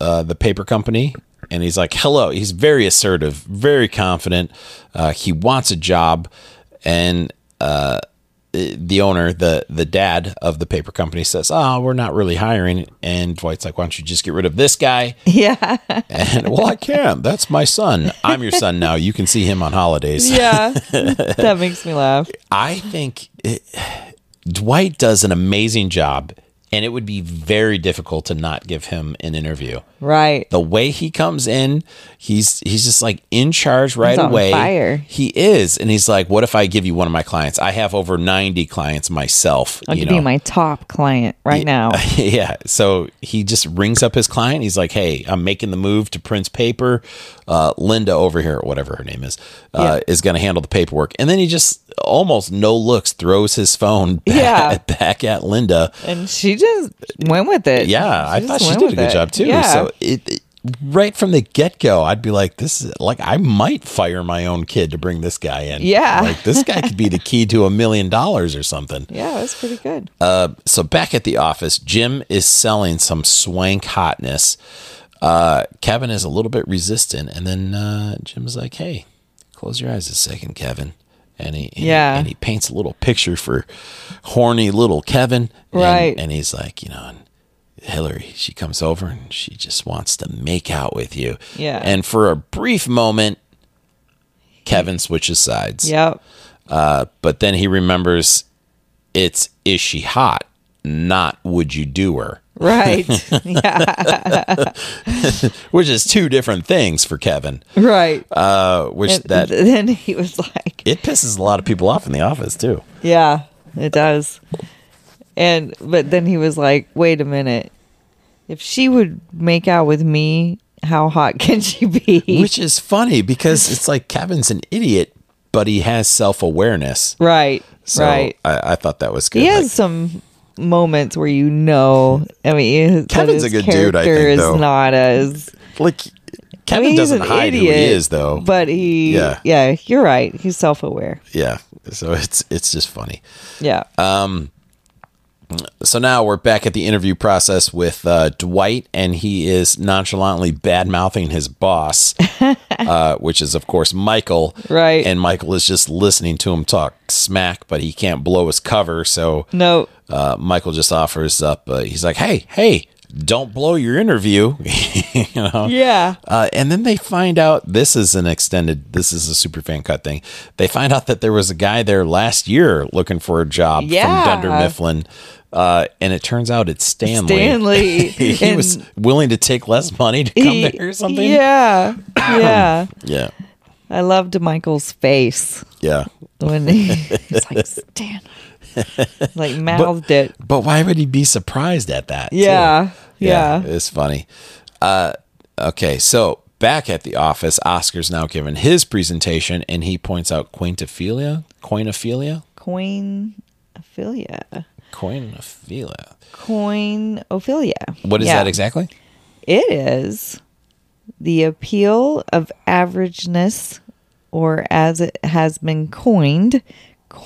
Speaker 8: uh, the paper company and he's like, hello. He's very assertive, very confident. Uh, he wants a job. And uh, the owner, the, the dad of the paper company says, oh, we're not really hiring. And Dwight's like, why don't you just get rid of this guy?
Speaker 9: Yeah.
Speaker 8: And well,
Speaker 9: [laughs]
Speaker 8: I can. That's my son. I'm your son now. You can see him on holidays.
Speaker 9: Yeah. [laughs] that makes me laugh.
Speaker 8: I think it, Dwight does an amazing job, and it would be very difficult to not give him an interview.
Speaker 9: Right.
Speaker 8: The way he comes in, he's he's just like in charge right
Speaker 9: He's on
Speaker 8: away.
Speaker 9: fire.
Speaker 8: He is, and he's like, "What if I give you one of my clients? I have over ninety clients myself.
Speaker 9: I'll
Speaker 8: you
Speaker 9: give
Speaker 8: know,
Speaker 9: you my top client right now.
Speaker 8: yeah. [laughs] So he just rings up his client. He's like, "Hey, I'm making the move to Prince Paper. Uh, Linda over here, whatever her name is, uh, is going to handle the paperwork." And then he just almost no looks throws his phone [laughs] back,
Speaker 9: Yeah.
Speaker 8: back at Linda.
Speaker 9: And she just went with it.
Speaker 8: Yeah, I
Speaker 9: just
Speaker 8: thought she
Speaker 9: went
Speaker 8: did a
Speaker 9: with
Speaker 8: good
Speaker 9: it.
Speaker 8: job too.
Speaker 9: Yeah.
Speaker 8: So it, it- right from the get go, I'd be like, "This is like I might fire my own kid to bring this guy in."
Speaker 9: Yeah.
Speaker 8: like this guy could be the key to a million dollars or something.
Speaker 9: yeah, that's pretty good.
Speaker 8: Uh, so back at the office, Jim is selling some swank hotness. Uh, Kevin is a little bit resistant, and then uh, Jim's like, "Hey, close your eyes a second, Kevin." And he and
Speaker 9: Yeah.
Speaker 8: he, and he paints a little picture for horny little Kevin, and-
Speaker 9: Right.
Speaker 8: And he's like, you know, and Hillary, she comes over and she just wants to make out with you.
Speaker 9: Yeah.
Speaker 8: And for a brief moment, Kevin switches sides [laughs]
Speaker 9: yep.
Speaker 8: but then he remembers it's is she hot not would you do her [laughs]
Speaker 9: Right. [laughs]
Speaker 8: which is two different things for kevin
Speaker 9: right.
Speaker 8: uh, which
Speaker 9: And
Speaker 8: that
Speaker 9: [laughs] then he was like,
Speaker 8: it pisses a lot of people off in the office too
Speaker 9: Yeah, it does. And but then he was like, "Wait a minute. If she would make out with me, how hot can she be?"
Speaker 8: which is funny
Speaker 9: [laughs]
Speaker 8: because it's like kevin's an idiot but he has self-awareness
Speaker 9: right.
Speaker 8: so
Speaker 9: right.
Speaker 8: I, I thought that was good
Speaker 9: He
Speaker 8: Like,
Speaker 9: has some moments where you know. I mean, his- that
Speaker 8: Kevin's a
Speaker 9: his
Speaker 8: good dude, I
Speaker 9: character
Speaker 8: think,
Speaker 9: Is
Speaker 8: though.
Speaker 9: not as
Speaker 8: like Kevin
Speaker 9: mean, he's
Speaker 8: doesn't
Speaker 9: an
Speaker 8: hide who he
Speaker 9: idiot,
Speaker 8: is, though.
Speaker 9: But he,
Speaker 8: Yeah.
Speaker 9: yeah, yeah you're right. He's self aware.
Speaker 8: yeah, so it's it's just funny.
Speaker 9: Yeah.
Speaker 8: Uh, So now we're back at the interview process with uh, Dwight, and he is nonchalantly bad mouthing his boss, uh, which is, of course, Michael.
Speaker 9: Right.
Speaker 8: And Michael is just listening to him talk smack, but he can't blow his cover. So
Speaker 9: no.
Speaker 8: uh, Michael just offers up, uh, he's like, hey, hey, don't blow your interview. [laughs] you know?
Speaker 9: Yeah.
Speaker 8: Uh, and then they find out this is an extended, this is a super fan cut thing. They find out that there was a guy there last year looking for a job
Speaker 9: Yeah.
Speaker 8: from Dunder Mifflin. Uh, and it turns out it's Stanley. [laughs]
Speaker 9: Stanley.
Speaker 8: he
Speaker 9: And
Speaker 8: was willing to take less money to come
Speaker 9: he-
Speaker 8: there or something. [coughs]
Speaker 9: Yeah. Yeah.
Speaker 8: Yeah.
Speaker 9: I loved Michael's face
Speaker 8: Yeah.
Speaker 9: when he, he's like, Stan. Like mouthed it.
Speaker 8: But why would he be surprised at that? too?
Speaker 9: Yeah. Yeah.
Speaker 8: It's funny. Uh, okay. So back at the office, Oscar's now given his presentation and he points out quaintophilia. Coinophilia?
Speaker 9: Coin Ophelia.
Speaker 8: Coinophilia.
Speaker 9: Coin Ophelia.
Speaker 8: What is
Speaker 9: Yeah.
Speaker 8: that exactly?
Speaker 9: It is the appeal of averageness, or as it has been coined,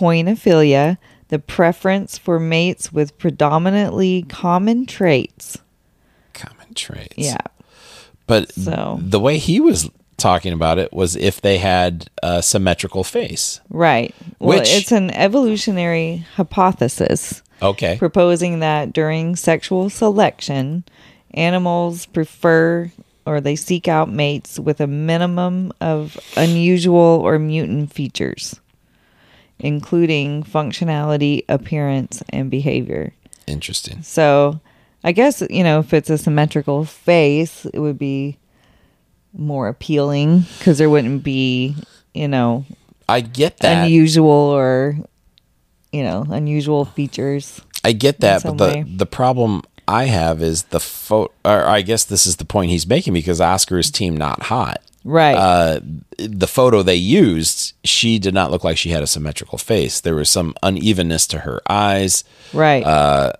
Speaker 9: coinophilia, the preference for mates with predominantly common traits.
Speaker 8: Common traits.
Speaker 9: Yeah.
Speaker 8: But
Speaker 9: So-
Speaker 8: the way he was talking about it was if they had a symmetrical face.
Speaker 9: Right. Well,
Speaker 8: Which-
Speaker 9: it's an evolutionary hypothesis
Speaker 8: Okay.
Speaker 9: proposing that during sexual selection, animals prefer or they seek out mates with a minimum of unusual or mutant features, including functionality, appearance, and behavior.
Speaker 8: Interesting.
Speaker 9: So, I guess, you know, if it's a symmetrical face, it would be more appealing because there wouldn't be, you know,
Speaker 8: I get that.
Speaker 9: unusual or you know unusual features
Speaker 8: I get that, but
Speaker 9: some
Speaker 8: the
Speaker 9: way.
Speaker 8: the problem I have is the photo. Or I guess this is the point he's making because Oscar's team not hot.
Speaker 9: right
Speaker 8: Uh, the photo they used, she did not look like she had a symmetrical face. There was some unevenness to her eyes,
Speaker 9: right
Speaker 8: uh,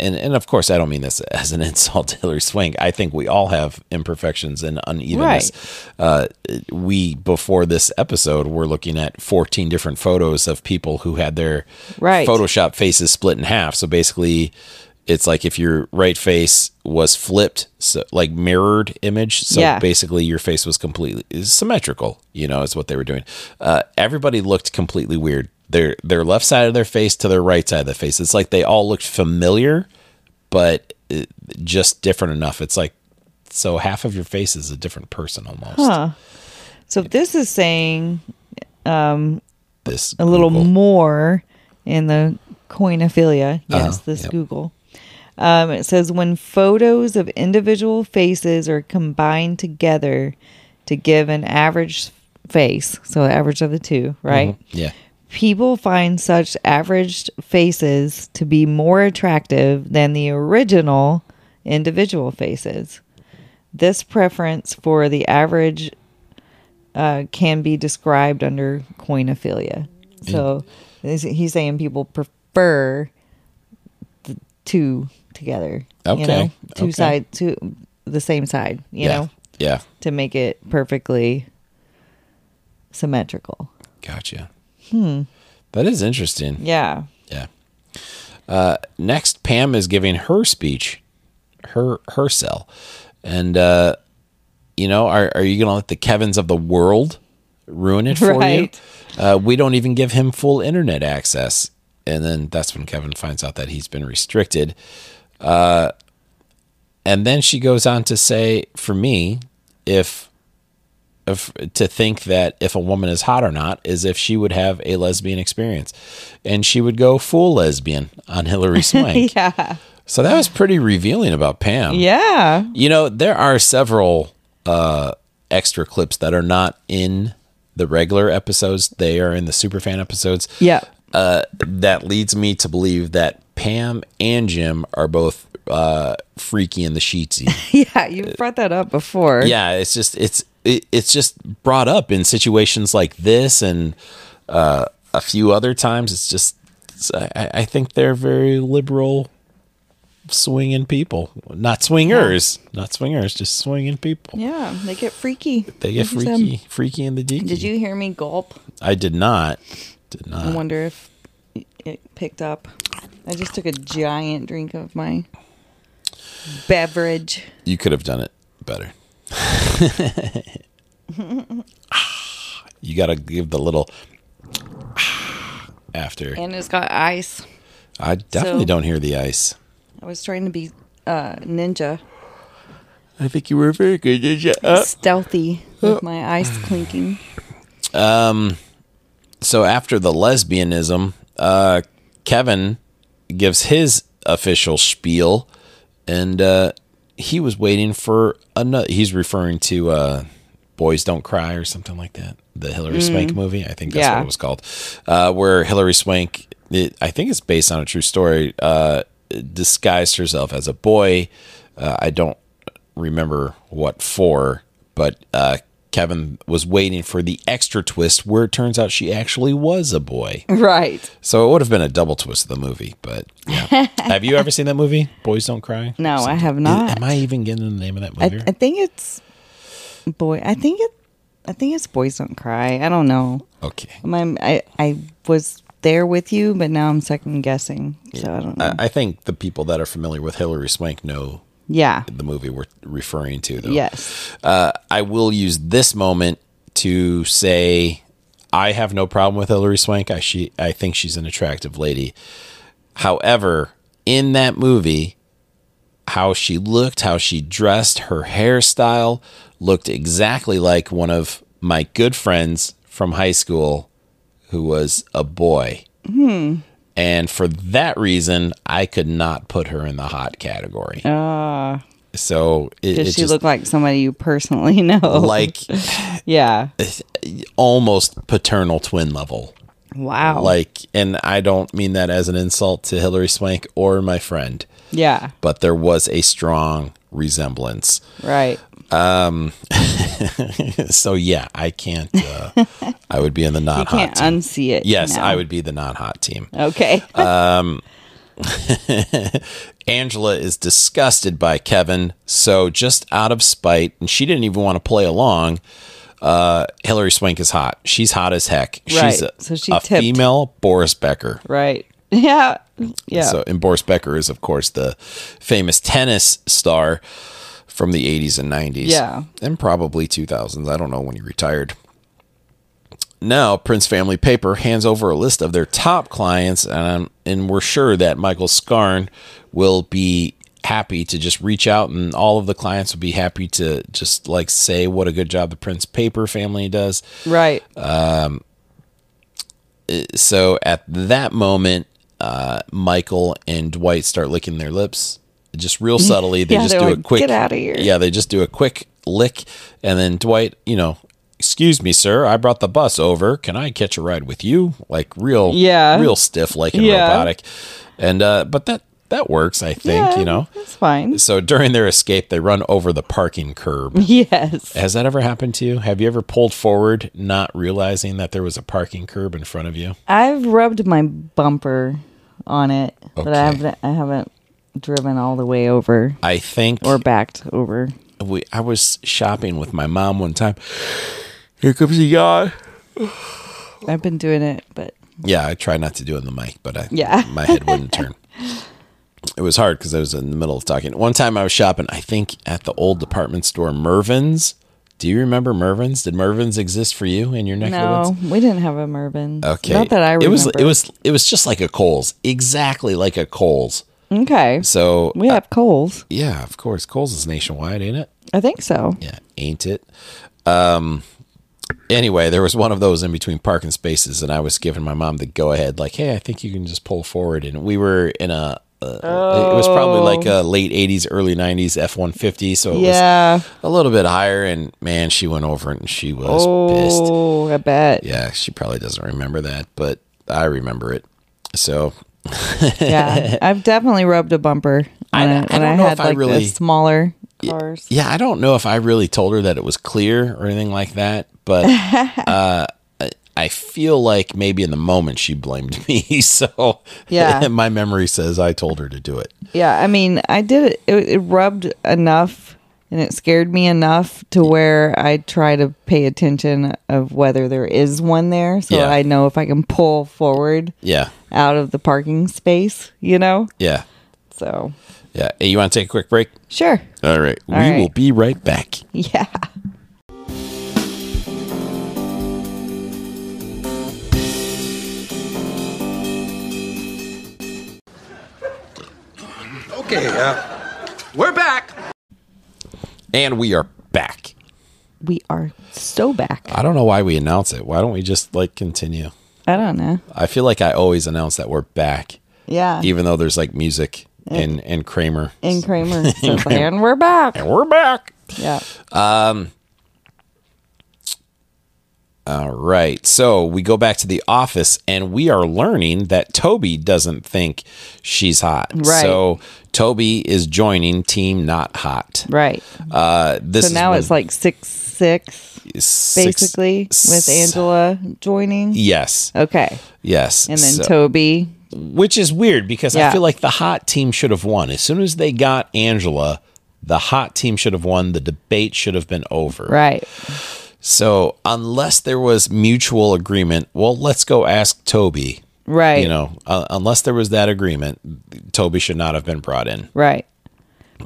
Speaker 8: and and of course, I don't mean this as an [laughs] insult to Hillary Swank. I think we all have imperfections and unevenness. Uh, we before this episode were looking at 14 different photos of people who had their
Speaker 9: Right.
Speaker 8: Photoshop faces split in half. So basically, it's like if your right face was flipped, so like mirrored image. So
Speaker 9: Yeah.
Speaker 8: basically, your face was completely is symmetrical. You know, is what they were doing. Uh, everybody looked completely weird. Their their left side of their face to their right side of the face. It's like they all looked familiar, but uh, just different enough. It's like so half of your face is a different person almost.
Speaker 9: so this is saying
Speaker 8: This
Speaker 9: a little
Speaker 8: Google.
Speaker 9: more in the coinophilia yes
Speaker 8: Uh-huh,
Speaker 9: this
Speaker 8: yep.
Speaker 9: google um, it says when photos of individual faces are combined together to give an average face so the average of the two right
Speaker 8: yeah.
Speaker 9: people find such averaged faces to be more attractive than the original individual faces. This preference for the average uh, can be described under coinophilia.
Speaker 8: Mm.
Speaker 9: So is- he's saying people prefer the two together.
Speaker 8: Okay,
Speaker 9: You know? Two
Speaker 8: okay.
Speaker 9: side two the same side, you
Speaker 8: yeah.
Speaker 9: know,
Speaker 8: Yeah.
Speaker 9: to make it perfectly symmetrical.
Speaker 8: Gotcha. Hmm. That is interesting.
Speaker 9: Yeah.
Speaker 8: Yeah. Uh, next, Pam is giving her speech, her her cell, and uh, you know, are are you gonna let the Kevin's of the world ruin it
Speaker 9: [laughs]
Speaker 8: for
Speaker 9: Right.
Speaker 8: you? Uh, we don't even give him full internet access, and then that's when Kevin finds out that he's been restricted. Uh, and then she goes on to say, for me, if if, to think that if a woman is hot or not is if she would have a lesbian experience and she would go full lesbian on Hillary Swank.
Speaker 9: Yeah.
Speaker 8: So that was pretty revealing about Pam.
Speaker 9: Yeah.
Speaker 8: You know, there are several uh, extra clips that are not in the regular episodes, they are in the superfan episodes.
Speaker 9: Yeah.
Speaker 8: Uh, that leads me to believe that Pam and Jim are both uh, freaky in the sheetsy.
Speaker 9: [laughs] Yeah. You brought that up before.
Speaker 8: yeah it's just it's it, it's just brought up in situations like this and uh a few other times it's just it's, I, I think they're very liberal swinging people. Not swingers, not swingers, just swinging people.
Speaker 9: Yeah, they get freaky.
Speaker 8: They get
Speaker 9: Look at
Speaker 8: freaky,
Speaker 9: them.
Speaker 8: freaky in the deaky.
Speaker 9: um, Did you hear me gulp?
Speaker 8: I did not. Did
Speaker 9: I
Speaker 8: not.
Speaker 9: wonder if it picked up. I just took a giant drink of my beverage.
Speaker 8: You could have done it better. you got to give the little after.
Speaker 9: And it's got ice.
Speaker 8: I definitely
Speaker 9: so-
Speaker 8: don't hear the ice.
Speaker 9: I was trying to be uh, ninja,
Speaker 8: I think you were very good. Did you?
Speaker 9: stealthy with my
Speaker 8: [sighs]
Speaker 9: ice clinking.
Speaker 8: so after the lesbianism, uh, Kevin gives his official spiel, and uh, he was waiting for another. He's referring to uh, "Boys Don't Cry" or something like that, the Hillary Swank movie. I think that's
Speaker 9: Yeah.
Speaker 8: what it was called, uh, where Hillary Swank. It, I think it's based on a true story. Uh, disguised herself as a boy. Uh, I don't remember what for, but uh, Kevin was waiting for the extra twist where it turns out she actually was a boy.
Speaker 9: Right.
Speaker 8: So it would have been a double twist of the movie, but
Speaker 9: [laughs]
Speaker 8: yeah. have you ever seen that movie? Boys Don't Cry?
Speaker 9: No, I
Speaker 8: Something-
Speaker 9: have
Speaker 8: Is-
Speaker 9: not.
Speaker 8: Am I even getting the name of that
Speaker 9: I,
Speaker 8: movie?
Speaker 9: I think it's boy. I think it. I think it's boys don't cry. I don't know.
Speaker 8: okay.
Speaker 9: My I I was there with you, but now I'm second guessing. So I don't know.
Speaker 8: I, I think the people that are familiar with Hillary Swank know
Speaker 9: yeah.
Speaker 8: the movie we're referring to, though.
Speaker 9: Yes.
Speaker 8: Uh, I will use this moment to say I have no problem with Hillary Swank. I she I think she's an attractive lady. However, in that movie, how she looked, how she dressed, her hairstyle looked exactly like one of my good friends from high school who was a boy.
Speaker 9: Hmm.
Speaker 8: And for that reason, I could not put her in the hot category. so it,
Speaker 9: Ah. Does
Speaker 8: it
Speaker 9: she
Speaker 8: just-
Speaker 9: look like somebody you personally [laughs] know?
Speaker 8: like eh,
Speaker 9: yeah.
Speaker 8: almost paternal twin level.
Speaker 9: Wow.
Speaker 8: Like, and I don't mean that as an insult to Hillary Swank or my friend,
Speaker 9: yeah.
Speaker 8: but there was a strong
Speaker 9: [laughs]
Speaker 8: resemblance.
Speaker 9: Right.
Speaker 8: So yeah, I can't. Uh, I would be in the
Speaker 9: You
Speaker 8: not
Speaker 9: can't uh,
Speaker 8: hot. Team.
Speaker 9: unsee it.
Speaker 8: uh-huh. Yes,
Speaker 9: now.
Speaker 8: I would uh, be the not hot team. [laughs]
Speaker 9: Okay.
Speaker 8: Angela is disgusted by Kevin, so just out of spite, and she didn't even want to play along. Uh, Hillary Swank is hot. She's hot as heck. She's
Speaker 9: Right.
Speaker 8: a,
Speaker 9: So she
Speaker 8: a
Speaker 9: tipped.
Speaker 8: female Boris Becker.
Speaker 9: [laughs] right. Yeah. Yeah.
Speaker 8: So, and Boris Becker is, of course, the famous tennis star from the 80s and 90s.
Speaker 9: Yeah.
Speaker 8: And probably 2000s. I don't know when he retired. Now, Prince Family Paper hands over a list of their top clients, and, I'm, and we're sure that Michael Scarn will be happy to just reach out, and all of the clients will be happy to just like say what a good job the Prince Paper family does
Speaker 9: right.
Speaker 8: so at that moment, uh, Michael and Dwight start licking their lips, just real subtly. They
Speaker 9: [laughs] Yeah,
Speaker 8: just
Speaker 9: they're
Speaker 8: do a
Speaker 9: like,
Speaker 8: quick
Speaker 9: "Get outta here."
Speaker 8: Yeah, they just do a quick lick, and then Dwight, you know, excuse me, sir, I brought the bus over. Can I catch a ride with you? Like real,
Speaker 9: Yeah.
Speaker 8: real stiff, like and
Speaker 9: Yeah.
Speaker 8: robotic. And uh, but that that works, I think.
Speaker 9: Yeah,
Speaker 8: you know.
Speaker 9: That's fine.
Speaker 8: So during their escape, they run over the parking curb.
Speaker 9: [laughs] Yes.
Speaker 8: Has that ever happened to you? Have you ever pulled forward, not realizing that there was a parking curb in front of you?
Speaker 9: I've rubbed my bumper on it, but
Speaker 8: Okay.
Speaker 9: I haven't I haven't driven all the way over
Speaker 8: I think
Speaker 9: or backed over.
Speaker 8: we I was shopping with my mom one time. Here comes a guy.
Speaker 9: I've been doing it, but
Speaker 8: Yeah, I try not to do it in the mic, but I
Speaker 9: Yeah. [laughs]
Speaker 8: my head wouldn't turn. It was hard because I was in the middle of talking. One time I was shopping, I think at the old department store Mervin's. Do you remember Mervin's? Did Mervin's exist for you in your neck of the
Speaker 9: no,
Speaker 8: woods?
Speaker 9: we didn't have a Mervin.
Speaker 8: Okay.
Speaker 9: Not that I remember.
Speaker 8: It was it was it was just like a Coles. Exactly like a Coles.
Speaker 9: okay.
Speaker 8: So uh,
Speaker 9: we have Coles.
Speaker 8: yeah, of course. Coles is nationwide, ain't it?
Speaker 9: I think so.
Speaker 8: Yeah, ain't it? Um. Anyway, there was one of those in between parking spaces, and I was giving my mom the go ahead, like, "Hey, I think you can just pull forward." And we were in a. Uh, It was probably like a late '80s, early '90s F 150, so it
Speaker 9: Oh. Yeah.
Speaker 8: was a little bit higher. And man, she went over it, and she was pissed.
Speaker 9: Oh, I bet. Yeah.
Speaker 8: Yeah, she probably doesn't remember that, but I remember it. So [laughs]
Speaker 9: I've definitely rubbed a bumper
Speaker 8: I-
Speaker 9: on
Speaker 8: I
Speaker 9: it when
Speaker 8: don't
Speaker 9: I,
Speaker 8: know
Speaker 9: had
Speaker 8: if I
Speaker 9: like
Speaker 8: really-
Speaker 9: the smaller cars.
Speaker 8: Yeah, I
Speaker 9: [laughs]
Speaker 8: don't know if I really told her that it was clear or anything like that, but uh, I- I feel like maybe in the moment she blamed me. [laughs] So
Speaker 9: Yeah.
Speaker 8: [laughs] my memory says I told her to do it.
Speaker 9: Yeah, I mean, I did it. It, it rubbed enough, and it scared me enough to where I try to pay attention of whether there is one there, so
Speaker 8: Yeah.
Speaker 9: I know if I can pull forward
Speaker 8: Yeah.
Speaker 9: out of the parking space. You know,
Speaker 8: Yeah.
Speaker 9: so
Speaker 8: Yeah. Hey, you want to take a quick break?
Speaker 9: sure,
Speaker 8: All right. we
Speaker 9: right.
Speaker 8: will be right back.
Speaker 9: [laughs] yeah.
Speaker 4: Okay, uh, we're back.
Speaker 8: And we are back.
Speaker 9: We are so back.
Speaker 8: I don't know why we announce it. Why don't we just like continue?
Speaker 9: I don't know.
Speaker 8: I feel like I always announce that we're back,
Speaker 9: Yeah,
Speaker 8: even though there's like music and, and Kramer. [laughs]
Speaker 9: in Kramer, says, and we're back.
Speaker 8: We're back.
Speaker 9: Yeah,
Speaker 8: All right. So we go back to the office and we are learning that Toby doesn't think she's hot.
Speaker 9: Right.
Speaker 8: So Toby is joining Team Not Hot.
Speaker 9: right.
Speaker 8: Uh, this
Speaker 9: So
Speaker 8: is
Speaker 9: now
Speaker 8: when-
Speaker 9: it's like six six
Speaker 8: six-
Speaker 9: basically with Angela joining.
Speaker 8: Yes.
Speaker 9: Okay,
Speaker 8: Yes.
Speaker 9: and then
Speaker 8: So-
Speaker 9: Toby.
Speaker 8: which is weird because I
Speaker 9: Yeah.
Speaker 8: feel like the hot team should have won. As soon as they got Angela, the hot team should have won. The debate should have been over.
Speaker 9: Right.
Speaker 8: So unless there was mutual agreement, well, let's go ask Toby.
Speaker 9: Right.
Speaker 8: You know, uh, unless there was that agreement, Toby should not have been brought in.
Speaker 9: Right.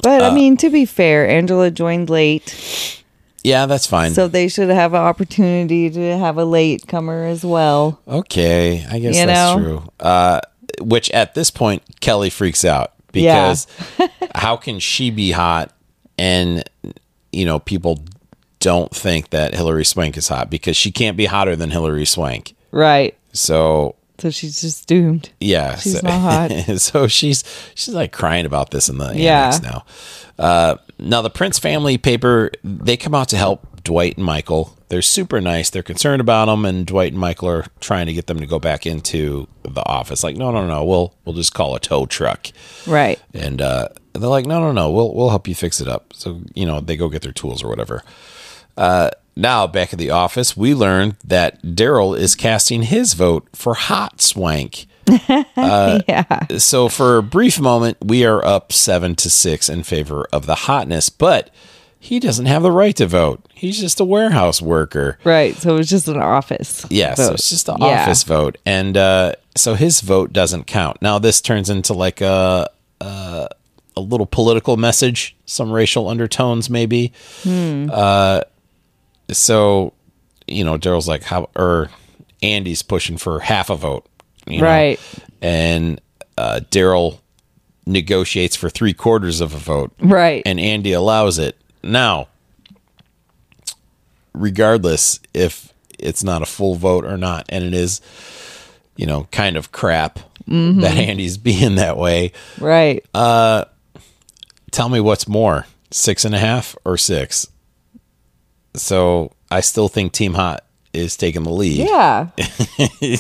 Speaker 9: But
Speaker 8: Uh,
Speaker 9: I mean, to be fair, Angela joined late,
Speaker 8: Yeah, that's fine.
Speaker 9: so they should have an opportunity to have a late comer as well.
Speaker 8: okay, I guess
Speaker 9: You
Speaker 8: that's
Speaker 9: know?
Speaker 8: true. Uh, which at this point, Kelly freaks out because how can she be hot and you know people don't think that Hillary Swank is hot because she can't be hotter than Hillary Swank.
Speaker 9: Right.
Speaker 8: So
Speaker 9: So she's just doomed.
Speaker 8: Yeah,
Speaker 9: She's
Speaker 8: so,
Speaker 9: not
Speaker 8: [laughs]
Speaker 9: hot.
Speaker 8: so she's she's like crying about this in the
Speaker 9: Yeah.
Speaker 8: annex now. Uh, now the Prince family paper they come out to help Dwight and Michael. They're super nice. They're concerned about them, and Dwight and Michael are trying to get them to go back into the office. Like, no, no, no, we'll we'll just call a tow truck.
Speaker 9: Right.
Speaker 8: And uh, they're like, no, no, no, we'll we'll help you fix it up. So you know they go get their tools or whatever. Uh, now back at the office, we learned that Daryl is casting his vote for Hot Swank. Uh,
Speaker 9: yeah.
Speaker 8: So for a brief moment, we are up seven to six in favor of the hotness, but he doesn't have the right to vote. He's just a warehouse worker.
Speaker 9: Right. So it was just an office.
Speaker 8: Yeah, so
Speaker 9: vote.
Speaker 8: it's just the
Speaker 9: Yeah.
Speaker 8: office vote, and uh, so his vote doesn't count. Now this turns into like a, a uh, a little political message, some racial undertones, maybe. Uh, so you know, Daryl's like, how or Andy's pushing for half a vote, you know?
Speaker 9: Right.
Speaker 8: And uh, Daryl negotiates for three quarters of a vote
Speaker 9: Right.
Speaker 8: and Andy allows it. Now, regardless if it's not a full vote or not, and it is, you know, kind of crap
Speaker 9: Mm-hmm.
Speaker 8: that Andy's [laughs] being that way,
Speaker 9: right.
Speaker 8: um, tell me what's more six and a half or six? So I still think Team Hot is taking the lead. [laughs]
Speaker 9: yeah.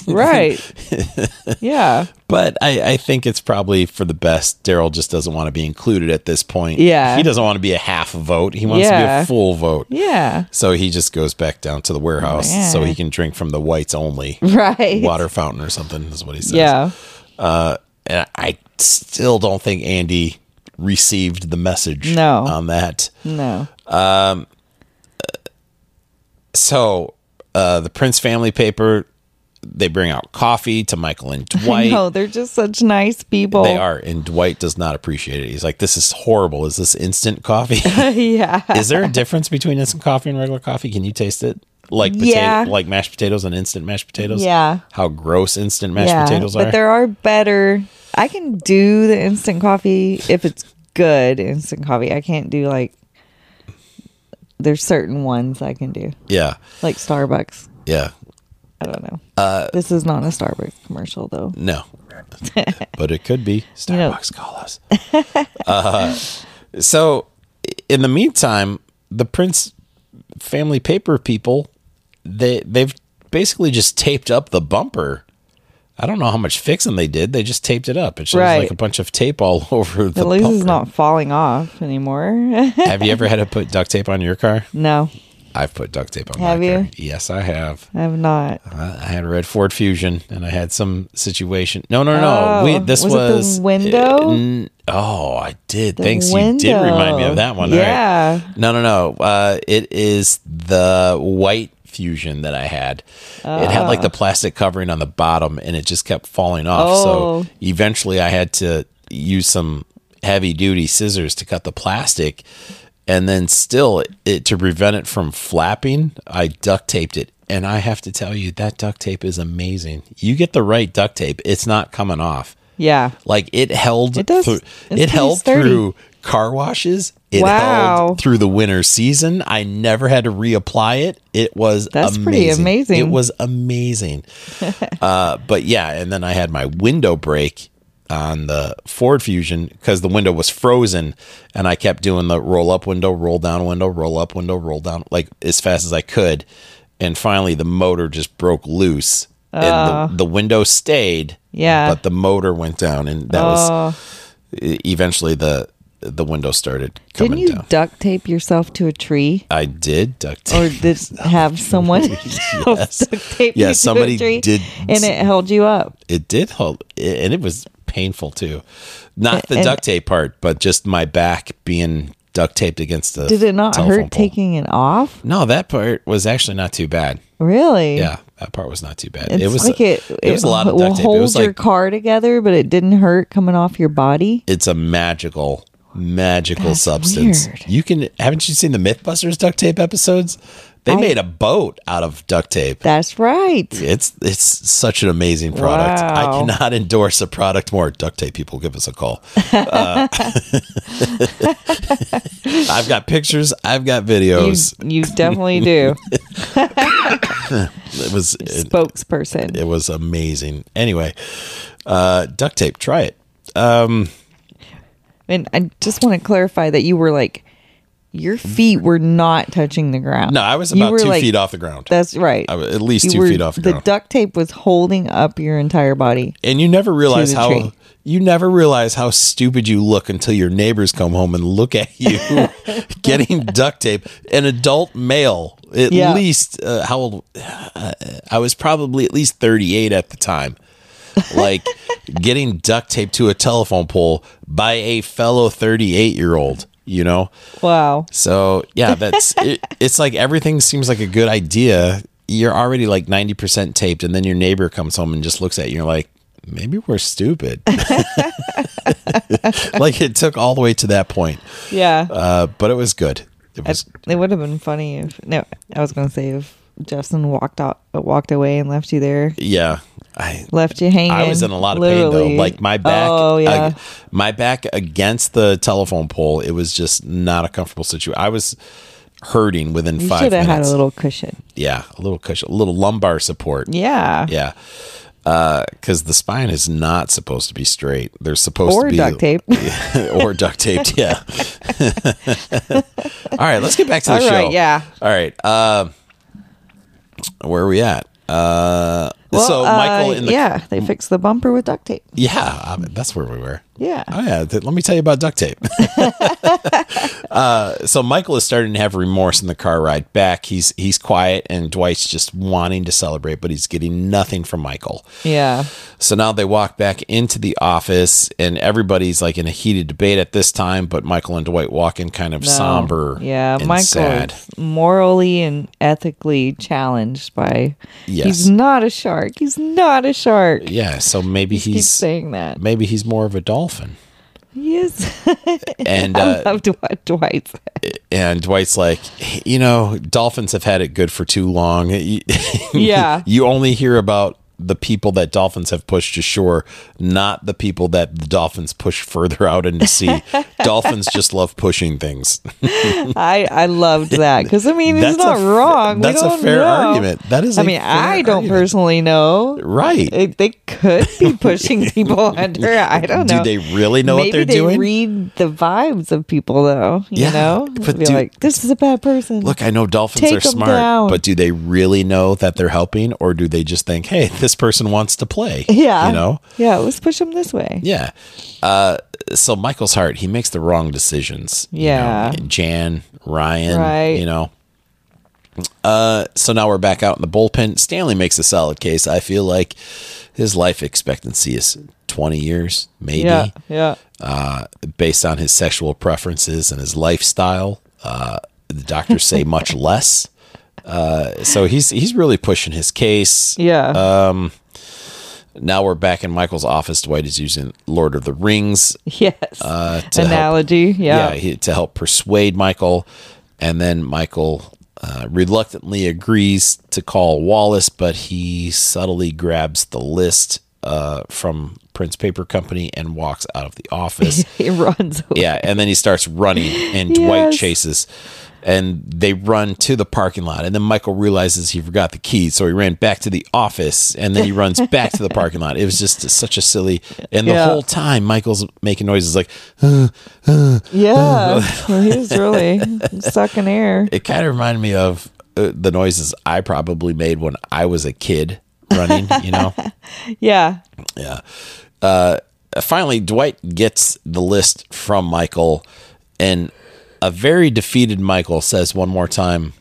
Speaker 9: right. Yeah.
Speaker 8: But I, I think it's probably for the best. Daryl just doesn't want to be included at this point.
Speaker 9: Yeah.
Speaker 8: He doesn't want to be a half vote. He wants to be
Speaker 9: Yeah.
Speaker 8: a full vote.
Speaker 9: Yeah. [laughs]
Speaker 8: So he just goes back down to the warehouse
Speaker 9: Yeah.
Speaker 8: so he can drink from the whites only
Speaker 9: [laughs] Right.
Speaker 8: water fountain or something is what he says.
Speaker 9: Yeah.
Speaker 8: And I still don't think Andy received the message
Speaker 9: No.
Speaker 8: on that.
Speaker 9: No.
Speaker 8: So uh, the Prince family paper, they bring out coffee to Michael
Speaker 9: [laughs]
Speaker 8: and Dwight.
Speaker 9: No, they're just such nice people.
Speaker 8: They are, and Dwight does not appreciate it. He's like, "This is horrible. Is this instant coffee?
Speaker 9: [laughs] [laughs] yeah.
Speaker 8: is there a difference between instant coffee and regular coffee? Can you taste it? Like potato,
Speaker 9: Yeah.
Speaker 8: like mashed potatoes and instant mashed potatoes?
Speaker 9: Yeah.
Speaker 8: How gross instant mashed potatoes are.
Speaker 9: But there are better. I can do the instant coffee if it's good instant coffee. I can't do like there's certain ones I can do,
Speaker 8: yeah,
Speaker 9: like Starbucks.
Speaker 8: yeah.
Speaker 9: I don't know.
Speaker 8: Uh,
Speaker 9: this is not a Starbucks commercial though. [laughs]
Speaker 8: No. but it could be.
Speaker 9: You know-
Speaker 8: Starbucks call us. Uh, so in the meantime, the Prince family paper people, they they've basically just taped up the bumper. I don't know how much fixing they did. They just taped it up. It's just like
Speaker 9: Right.
Speaker 8: a bunch of tape all [laughs] over the
Speaker 9: At least
Speaker 8: bumper.
Speaker 9: it's not falling off anymore. [laughs]
Speaker 8: Have you ever had to put duct tape on your car?
Speaker 9: no.
Speaker 10: I've put duct tape on
Speaker 9: Have
Speaker 10: my
Speaker 9: you?
Speaker 10: car. Yes, I have.
Speaker 9: I have not.
Speaker 8: I I had a red Ford Fusion, and I had some situation. No, no, no.
Speaker 9: Oh,
Speaker 8: we, this was,
Speaker 9: was it the window?
Speaker 8: uh, n- oh, I did.
Speaker 9: The
Speaker 8: Thanks. You did remind me
Speaker 9: window.
Speaker 8: of that one. All right.
Speaker 9: Yeah.
Speaker 8: No, no, no. Uh, it is the white Fusion that I had. It had like the plastic covering on the bottom, and it just kept falling off.
Speaker 9: Oh.
Speaker 8: So eventually, I had to use some heavy duty scissors to cut the plastic, and then still it to prevent it from flapping. I duct taped it, and I have to tell you that duct tape is amazing. You get the right duct tape, it's not coming off.
Speaker 9: Yeah.
Speaker 8: Like it held
Speaker 9: It does-
Speaker 8: through,
Speaker 9: it's pretty
Speaker 8: it held
Speaker 9: sturdy.
Speaker 8: through car washes. It
Speaker 9: Wow.
Speaker 8: held through the winter season. I never had to reapply it. It was
Speaker 9: That's
Speaker 8: amazing.
Speaker 9: pretty amazing.
Speaker 8: It was
Speaker 9: [laughs]
Speaker 8: amazing. uh, but yeah, and then I had my window break on the Ford Fusion because the window was frozen, and I kept doing the roll up window, roll down window, roll up window, roll down like as fast as I could, and finally the motor just broke loose. And the, the window stayed,
Speaker 9: Yeah.
Speaker 8: but the motor went down, and that
Speaker 9: Oh.
Speaker 8: was e- eventually the the window started coming
Speaker 9: Didn't you
Speaker 8: down.
Speaker 9: duct tape yourself to a tree?
Speaker 8: I did duct [laughs]
Speaker 9: Or
Speaker 8: tape.
Speaker 9: did
Speaker 8: [laughs]
Speaker 9: have someone [laughs] else Oh, [laughs] duct tape
Speaker 8: Yeah,
Speaker 9: you
Speaker 8: somebody
Speaker 9: to a tree
Speaker 8: did-
Speaker 9: and it held you up.
Speaker 8: it did hold, and it was painful too. Not the
Speaker 9: And-
Speaker 8: duct tape part, but just my back being duct taped against the.
Speaker 9: Did it not hurt
Speaker 8: telephone pole.
Speaker 9: taking it off?
Speaker 8: No, that part was actually not too bad.
Speaker 9: Really?
Speaker 8: Yeah, that part was not too bad.
Speaker 9: It's
Speaker 8: it was
Speaker 9: like it,
Speaker 8: It was a lot of duct tape. It
Speaker 9: Hold
Speaker 8: was
Speaker 9: your
Speaker 8: like
Speaker 9: car together, but it didn't hurt coming off your body.
Speaker 8: it's a magical magical
Speaker 9: That's
Speaker 8: substance
Speaker 9: weird.
Speaker 8: you can haven't you seen the mythbusters duct tape episodes they made a boat out of duct tape
Speaker 9: That's right.
Speaker 8: it's it's such an amazing product i
Speaker 9: Wow.
Speaker 8: cannot endorse a product more duct tape people give us a call Uh, [laughs] i've got pictures i've got
Speaker 9: You,
Speaker 8: videos
Speaker 9: you
Speaker 8: [laughs]
Speaker 9: definitely do.
Speaker 8: it was it,
Speaker 9: Spokesperson.
Speaker 8: it was amazing anyway uh duct tape try it um
Speaker 9: And I just want to clarify that you were like, your feet were not touching the ground.
Speaker 8: no i was
Speaker 9: You
Speaker 8: about
Speaker 9: were,
Speaker 8: two
Speaker 9: like-
Speaker 8: feet off the ground
Speaker 9: That's right.
Speaker 8: I was at least two feet off the ground.
Speaker 9: duct tape was holding up your entire body.
Speaker 8: and you never realize
Speaker 9: the
Speaker 8: how
Speaker 9: tree.
Speaker 8: you never realize how stupid you look until your neighbors come home and look at
Speaker 9: [laughs]
Speaker 8: you getting duct tape an adult male at
Speaker 9: Yeah.
Speaker 8: least uh, how old uh, i was probably at least 38 at the time like [laughs] getting duct taped to a telephone pole by a fellow 38 year old you know
Speaker 9: Wow.
Speaker 8: so yeah, that's it, it's like everything seems like a good idea. You're already like ninety percent taped, and then your neighbor comes home and just looks at you. and You're like, maybe we're stupid. [laughs] like it took all the way to that point,
Speaker 9: Yeah.
Speaker 8: uh, but it was good. It was
Speaker 9: it would have been funny if no, I was gonna say if Jefferson walked out, walked away and left you there,
Speaker 8: yeah. I
Speaker 9: left you hanging.
Speaker 8: I was in a lot of pain
Speaker 9: literally.
Speaker 8: though. Like my back, uh,
Speaker 9: Oh yeah.
Speaker 8: ag- my back against the telephone pole. It was just not a comfortable situation. I was hurting within
Speaker 9: you
Speaker 8: five
Speaker 9: should have
Speaker 8: minutes.
Speaker 9: had a little cushion.
Speaker 8: yeah, a little cushion, a little lumbar support.
Speaker 9: Yeah.
Speaker 8: Yeah. Because the spine is not supposed to be straight. They're supposed
Speaker 9: Or
Speaker 8: to be
Speaker 9: duct tape.
Speaker 8: [laughs] or duct taped.
Speaker 9: [laughs]
Speaker 8: Yeah. All right. Let's get back to the
Speaker 9: All
Speaker 8: show.
Speaker 9: right, yeah.
Speaker 8: All right. Uh, where are we at? Uh,
Speaker 9: Well,
Speaker 8: so Michael
Speaker 9: uh,
Speaker 8: in the
Speaker 9: yeah, they fixed the bumper with duct tape.
Speaker 8: yeah, I mean, that's where we were.
Speaker 9: Yeah.
Speaker 8: Oh yeah. Th- let me tell you about duct
Speaker 9: [laughs]
Speaker 8: tape. [laughs] uh, so Michael is starting to have remorse in the car ride back. He's he's quiet, and Dwight's just wanting to celebrate, but he's getting nothing from Michael.
Speaker 9: Yeah.
Speaker 8: So now they walk back into the office, and everybody's like in a heated debate at this time. But Michael and Dwight walk in kind of
Speaker 9: No.
Speaker 8: somber,
Speaker 9: Yeah,
Speaker 8: and
Speaker 9: Michael
Speaker 8: sad.
Speaker 9: is morally and ethically challenged by.
Speaker 8: Yes.
Speaker 9: He's not a shark. He's not a shark.
Speaker 8: Yeah, so maybe
Speaker 9: Keep
Speaker 8: he's
Speaker 9: saying that.
Speaker 8: maybe he's more of a dolphin,
Speaker 9: He is. [laughs]
Speaker 8: and
Speaker 9: I
Speaker 8: uh,
Speaker 9: love Dwight. Dwight.
Speaker 8: [laughs] and Dwight's like, you know, dolphins have had it good for too long.
Speaker 9: [laughs]
Speaker 8: [laughs]
Speaker 9: Yeah.
Speaker 8: you only hear about the people that dolphins have pushed ashore, not the people that the dolphins push further out into
Speaker 9: [laughs]
Speaker 8: sea. dolphins just love pushing things.
Speaker 9: I I loved that because I mean
Speaker 8: That's
Speaker 9: it's
Speaker 8: a
Speaker 9: not
Speaker 8: f-
Speaker 9: wrong. We
Speaker 8: that's a
Speaker 9: don't
Speaker 8: fair
Speaker 9: know.
Speaker 8: argument. That is
Speaker 9: I
Speaker 8: a
Speaker 9: mean
Speaker 8: fair
Speaker 9: I don't
Speaker 8: argument.
Speaker 9: personally know.
Speaker 8: Right.
Speaker 9: They, they could
Speaker 8: [laughs]
Speaker 9: be pushing people under. I don't
Speaker 8: Do
Speaker 9: know.
Speaker 8: they really know what
Speaker 9: Maybe
Speaker 8: they're
Speaker 9: they
Speaker 8: doing?
Speaker 9: Read the vibes of people though. You
Speaker 8: Yeah,
Speaker 9: know,
Speaker 8: but
Speaker 9: be
Speaker 8: do-
Speaker 9: like, this is a bad person.
Speaker 8: Look, I know dolphins
Speaker 9: Take
Speaker 8: are
Speaker 9: 'em
Speaker 8: smart,
Speaker 9: down.
Speaker 8: but do they really know that they're helping or do they just think, hey, [laughs] this person wants to play?
Speaker 9: [laughs] yeah,
Speaker 8: You know?
Speaker 9: yeah. Let's push them this way.
Speaker 8: Yeah. Uh, so Michael's heart, he makes the wrong decisions. you know.
Speaker 9: Yeah.
Speaker 8: Jan, Ryan,
Speaker 9: Right.
Speaker 8: you know. So now we're back out in the bullpen. Stanley makes a solid case. I feel like his life expectancy is 20 years, maybe,
Speaker 9: Yeah, yeah.
Speaker 8: based on his sexual preferences and his lifestyle. Uh, the doctors say much less. Uh, so he's he's really pushing his case.
Speaker 9: Yeah.
Speaker 8: Uh, Now we're back in Michael's office. Dwight is using Lord of the Rings
Speaker 9: yes.
Speaker 8: uh, to help-
Speaker 9: Analogy.
Speaker 8: yeah,
Speaker 9: Yeah.
Speaker 8: he, to help persuade Michael. And then Michael uh, reluctantly agrees to call Wallace, but he subtly grabs the list uh, from Prince Paper Company and walks out of the office.
Speaker 9: [laughs] He runs away.
Speaker 8: [laughs] yeah, and then he starts running,
Speaker 9: [laughs]
Speaker 8: and Dwight
Speaker 9: Yes.
Speaker 8: chases. And they run to the parking lot, and then Michael realizes he forgot the keys, so he ran back to the office, and then he
Speaker 9: [laughs]
Speaker 8: runs back to the parking lot. It was just such a silly, and the
Speaker 9: Yeah.
Speaker 8: whole time Michael's making noises like, [laughs]
Speaker 9: Yeah. He's really sucking air.
Speaker 8: it kind of reminded me of uh, the noises I probably made when I was a kid running, you
Speaker 9: [laughs]
Speaker 8: know?
Speaker 9: Yeah.
Speaker 8: Uh, Finally, Dwight gets the list from Michael, and a very defeated Michael says one more time,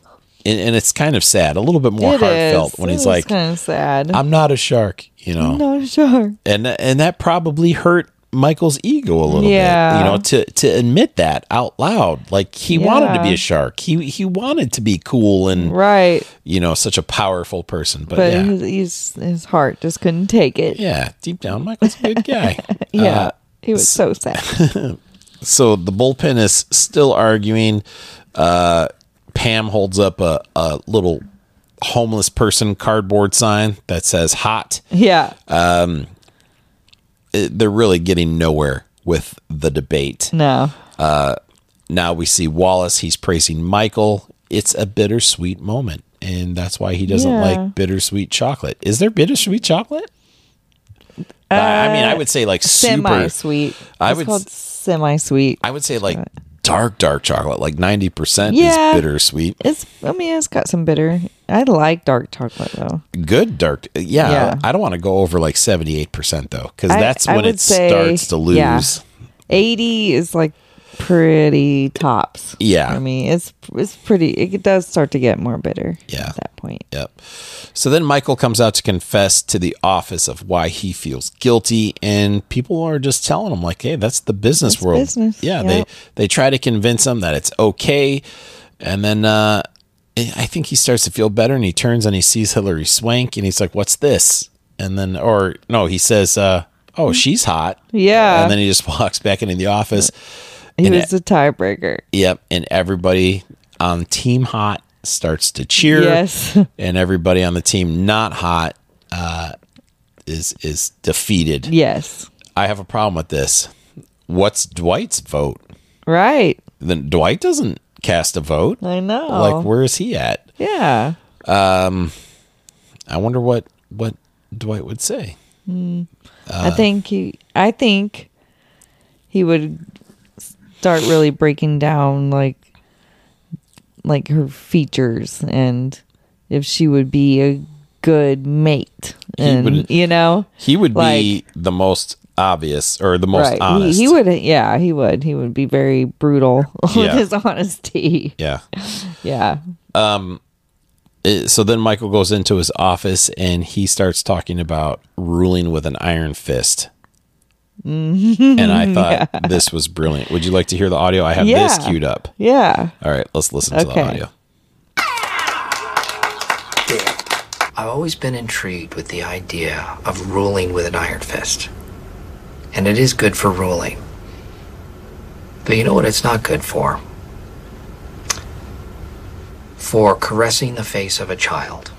Speaker 8: and, and it's kind of sad, a little bit more
Speaker 9: It
Speaker 8: heartfelt
Speaker 9: is.
Speaker 8: when
Speaker 9: It
Speaker 8: he's
Speaker 9: is
Speaker 8: like,
Speaker 9: kind of sad.
Speaker 8: I'm not a shark, you know?
Speaker 9: not sure.
Speaker 8: and and that probably hurt Michael's ego a little
Speaker 9: Yeah.
Speaker 8: bit, you know, to to admit that out loud. Like he wanted to
Speaker 9: Yeah.
Speaker 8: be a shark. He he wanted to be cool and
Speaker 9: Right.
Speaker 8: you know such a powerful person. But,
Speaker 9: But
Speaker 8: yeah,
Speaker 9: his, he's, his heart just couldn't take it. Yeah.
Speaker 8: yeah, deep down, Michael's a good
Speaker 9: [laughs]
Speaker 8: guy. Uh,
Speaker 9: he was
Speaker 8: [laughs]
Speaker 9: so sad.
Speaker 8: so the bullpen is still arguing. Uh, Pam holds up a, a little homeless person cardboard sign that says "hot."
Speaker 9: yeah.
Speaker 8: Uh, It- they're really getting nowhere with the debate.
Speaker 9: No.
Speaker 8: Now we see Wallace. He's praising Michael. It's a bittersweet moment, and that's why he doesn't
Speaker 9: Yeah.
Speaker 8: like bittersweet chocolate. Is there bittersweet chocolate? I
Speaker 9: Uh,
Speaker 8: I mean, I would say like
Speaker 9: Semi
Speaker 8: super.
Speaker 9: sweet.
Speaker 8: I
Speaker 9: It's
Speaker 8: would
Speaker 9: called
Speaker 8: s-
Speaker 9: semi sweet.
Speaker 8: I would say like dark, dark chocolate. Like ninety percent
Speaker 9: Yeah.
Speaker 8: is bittersweet.
Speaker 9: It's. I mean, it's got some bitter. I like dark chocolate though.
Speaker 8: Good dark. uh, Yeah,
Speaker 9: Yeah.
Speaker 8: I don't want to go over like seventy-eight percent though, because
Speaker 9: I-
Speaker 8: that's
Speaker 9: I
Speaker 8: when
Speaker 9: would
Speaker 8: it
Speaker 9: say-
Speaker 8: starts to lose.
Speaker 9: yeah. Eighty is like pretty tops.
Speaker 8: Yeah.
Speaker 9: I mean, it's it's pretty. It does start to get more bitter.
Speaker 8: Yeah.
Speaker 9: At that point.
Speaker 8: Yep. So then Michael comes out to confess to the office of why he feels guilty, and people are just telling him like, "Hey, that's the business
Speaker 9: It's
Speaker 8: world."
Speaker 9: business,
Speaker 8: Yeah,
Speaker 9: yep.
Speaker 8: they they try to convince him that it's okay, and then uh, I think he starts to feel better, and he turns and he sees Hillary Swank, and he's like, "What's this?" And then, or no, he says, uh, "Oh, she's hot."
Speaker 9: Hmm? Yeah.
Speaker 8: And then he just [laughs] walks back into the office.
Speaker 9: He
Speaker 8: and
Speaker 9: was a tiebreaker.
Speaker 8: Yep, and everybody on Team Hot starts to cheer.
Speaker 9: Yes. [laughs]
Speaker 8: and everybody on the team not hot uh, is is defeated.
Speaker 9: Yes.
Speaker 8: I have a problem with this. What's Dwight's vote?
Speaker 9: Right.
Speaker 8: Then Dwight doesn't cast a vote.
Speaker 9: I know.
Speaker 8: Like, where is he at?
Speaker 9: Yeah.
Speaker 8: I wonder what what Dwight would say.
Speaker 9: I
Speaker 8: Uh,
Speaker 9: think he. I think he would start really breaking down like like her features and if she would be a good mate
Speaker 8: He
Speaker 9: and
Speaker 8: would-
Speaker 9: you know
Speaker 8: He would be the most obvious or the most
Speaker 9: He,
Speaker 8: honest.
Speaker 9: he would yeah he would he would be very brutal [laughs] with
Speaker 8: Yeah.
Speaker 9: his honesty
Speaker 8: Yeah.
Speaker 9: yeah
Speaker 8: Uh, So then Michael goes into his office and he starts talking about ruling with an iron fist.
Speaker 9: Mm-hmm.
Speaker 8: and I
Speaker 9: [laughs]
Speaker 8: thought this was brilliant. Would you like to hear the audio? I have this
Speaker 9: Yeah.
Speaker 8: queued up.
Speaker 9: yeah
Speaker 8: All right, let's listen to
Speaker 9: Okay.
Speaker 8: the audio.
Speaker 2: I've always been intrigued with the idea of ruling with an iron fist. And it is good for ruling. But you know what it's not good for? For caressing the face of a child.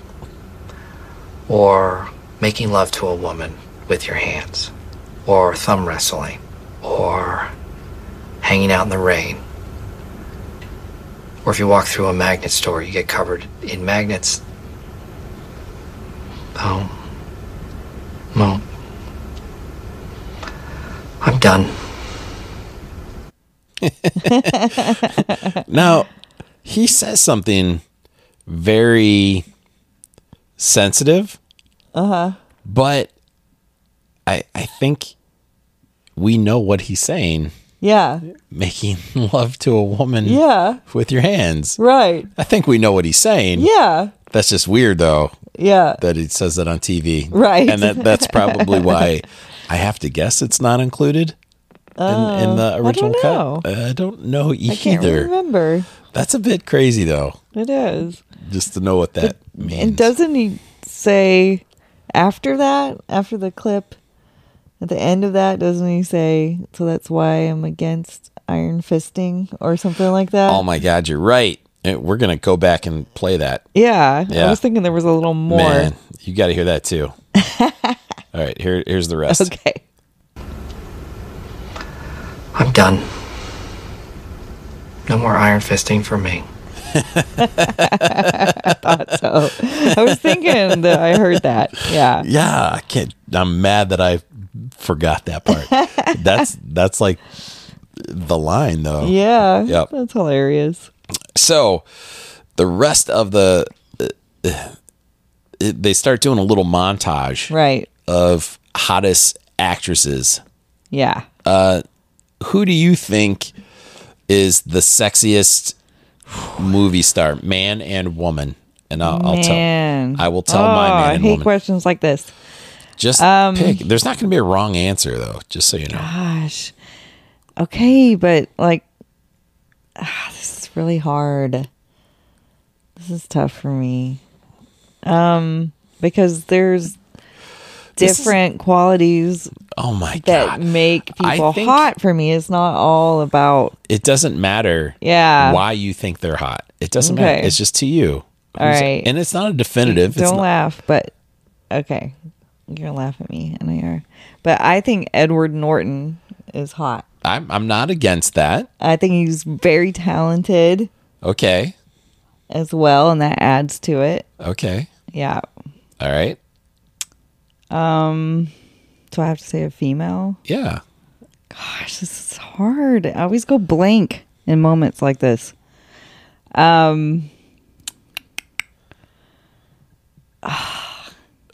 Speaker 2: Or making love to a woman with your hands. Or thumb wrestling. Or hanging out in the rain. Or if you walk through a magnet store, you get covered in magnets Oh. No. I'm done.
Speaker 8: Now, he says something very sensitive. Uh huh.
Speaker 9: Uh-huh.
Speaker 8: But I I think we know what he's saying. [laughs]
Speaker 9: Yeah.
Speaker 8: making love to a woman
Speaker 9: Yeah.
Speaker 8: with your hands.
Speaker 9: Right.
Speaker 8: I think we know what he's saying.
Speaker 9: Yeah.
Speaker 8: That's just weird though
Speaker 9: Yeah.
Speaker 8: that he says that on TV.
Speaker 9: Right.
Speaker 8: And that that's
Speaker 9: [laughs]
Speaker 8: probably why I have to guess it's not included in, in the
Speaker 9: Oh, don't
Speaker 8: original
Speaker 9: know.
Speaker 8: cut. I don't know
Speaker 9: I can't
Speaker 8: either.
Speaker 9: remember.
Speaker 8: That's a bit crazy though,
Speaker 9: It is.
Speaker 8: just to know what that means.
Speaker 9: And doesn't he say after that, after the clip, at the end of that, doesn't he say, so that's why I'm against iron fisting or something like that?
Speaker 8: oh my god, you're right. Eh, We're going to go back and play that.
Speaker 9: yeah, I
Speaker 8: Yeah.
Speaker 9: was thinking there was a little more.
Speaker 8: Man, you got to hear that too. All right, here here's the rest.
Speaker 9: [laughs] Okay.
Speaker 2: I'm done. No more iron fisting for me.
Speaker 9: So I was thinking that I heard that.
Speaker 8: [laughs]
Speaker 9: Yeah.
Speaker 8: Yeah, I can't. I'm mad that I forgot that
Speaker 9: [laughs]
Speaker 8: part. that's that's like the line though.
Speaker 9: Yeah.
Speaker 8: Yep.
Speaker 9: That's hilarious.
Speaker 8: So the rest of the uh, uh, it- they start doing a little montage
Speaker 9: Right.
Speaker 8: of hottest actresses.
Speaker 9: Yeah.
Speaker 8: Who do you think is the sexiest movie star, man and woman? And I'll, I'll
Speaker 9: man.
Speaker 8: tell. I will tell my
Speaker 9: Oh,
Speaker 8: man
Speaker 9: I
Speaker 8: and
Speaker 9: hate
Speaker 8: woman.
Speaker 9: questions like this.
Speaker 8: Just
Speaker 9: um,
Speaker 8: pick. There's not going to be a wrong answer though. Just so you know.
Speaker 9: Gosh. Okay, but like, ah, this is really hard. This is tough for me. Um, because there's
Speaker 8: This is-
Speaker 9: different qualities
Speaker 8: Oh my
Speaker 9: that
Speaker 8: god.
Speaker 9: make
Speaker 8: I
Speaker 9: people
Speaker 8: think-
Speaker 9: hot for me. It's not all about
Speaker 8: it doesn't matter
Speaker 9: Yeah.
Speaker 8: why you think they're hot it doesn't
Speaker 9: Okay.
Speaker 8: matter it's just to you
Speaker 9: All right.
Speaker 8: and it's not a definitive it's
Speaker 9: Don't
Speaker 8: not-
Speaker 9: laugh, but okay. You're gonna laugh at me, and I are. But I think Edward Norton is hot.
Speaker 8: I'm, I'm not against that
Speaker 9: I think he's very talented
Speaker 8: okay
Speaker 9: as well, and that adds to it.
Speaker 8: okay
Speaker 9: Yeah.
Speaker 8: all right
Speaker 9: So I have to say a female.
Speaker 8: yeah
Speaker 9: Gosh, this is hard. I always go blank in moments like this.
Speaker 8: [laughs]
Speaker 9: Um.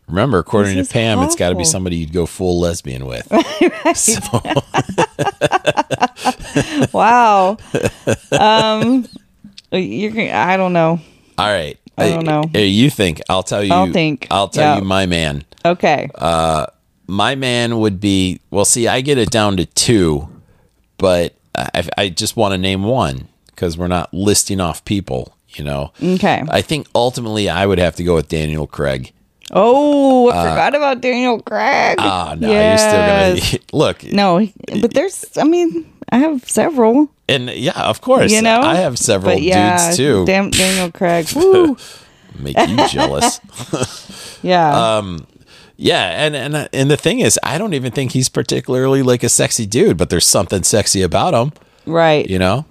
Speaker 8: remember according to
Speaker 9: This is
Speaker 8: pam it's got to be
Speaker 9: awful.
Speaker 8: somebody you'd go full lesbian with
Speaker 9: [laughs]
Speaker 8: so
Speaker 9: Wow. um. You're. gonna- I don't know.
Speaker 8: all right
Speaker 9: I don't know.
Speaker 8: Hey, you think i'll tell you
Speaker 9: I'll think.
Speaker 8: i'll tell
Speaker 9: Yeah.
Speaker 8: you my man
Speaker 9: Okay.
Speaker 8: Uh, my man would be well see i get it down to two but i, I just want to name one because we're not listing off people you know
Speaker 9: okay.
Speaker 8: i think ultimately i would have to go with daniel craig
Speaker 9: oh, I forgot about Daniel Craig.
Speaker 8: oh Uh, no you're [laughs] still gonna look
Speaker 9: No, but there's. I mean, I have several.
Speaker 8: and yeah of course
Speaker 9: You know,
Speaker 8: i have several
Speaker 9: But yeah,
Speaker 8: dudes too
Speaker 9: Damn,
Speaker 8: [laughs]
Speaker 9: Daniel Craig. Woo.
Speaker 8: make you
Speaker 9: [laughs]
Speaker 8: jealous
Speaker 9: Yeah.
Speaker 8: Um, yeah and and and the thing is i don't even think he's particularly like a sexy dude but there's something sexy about him
Speaker 9: right.
Speaker 8: you know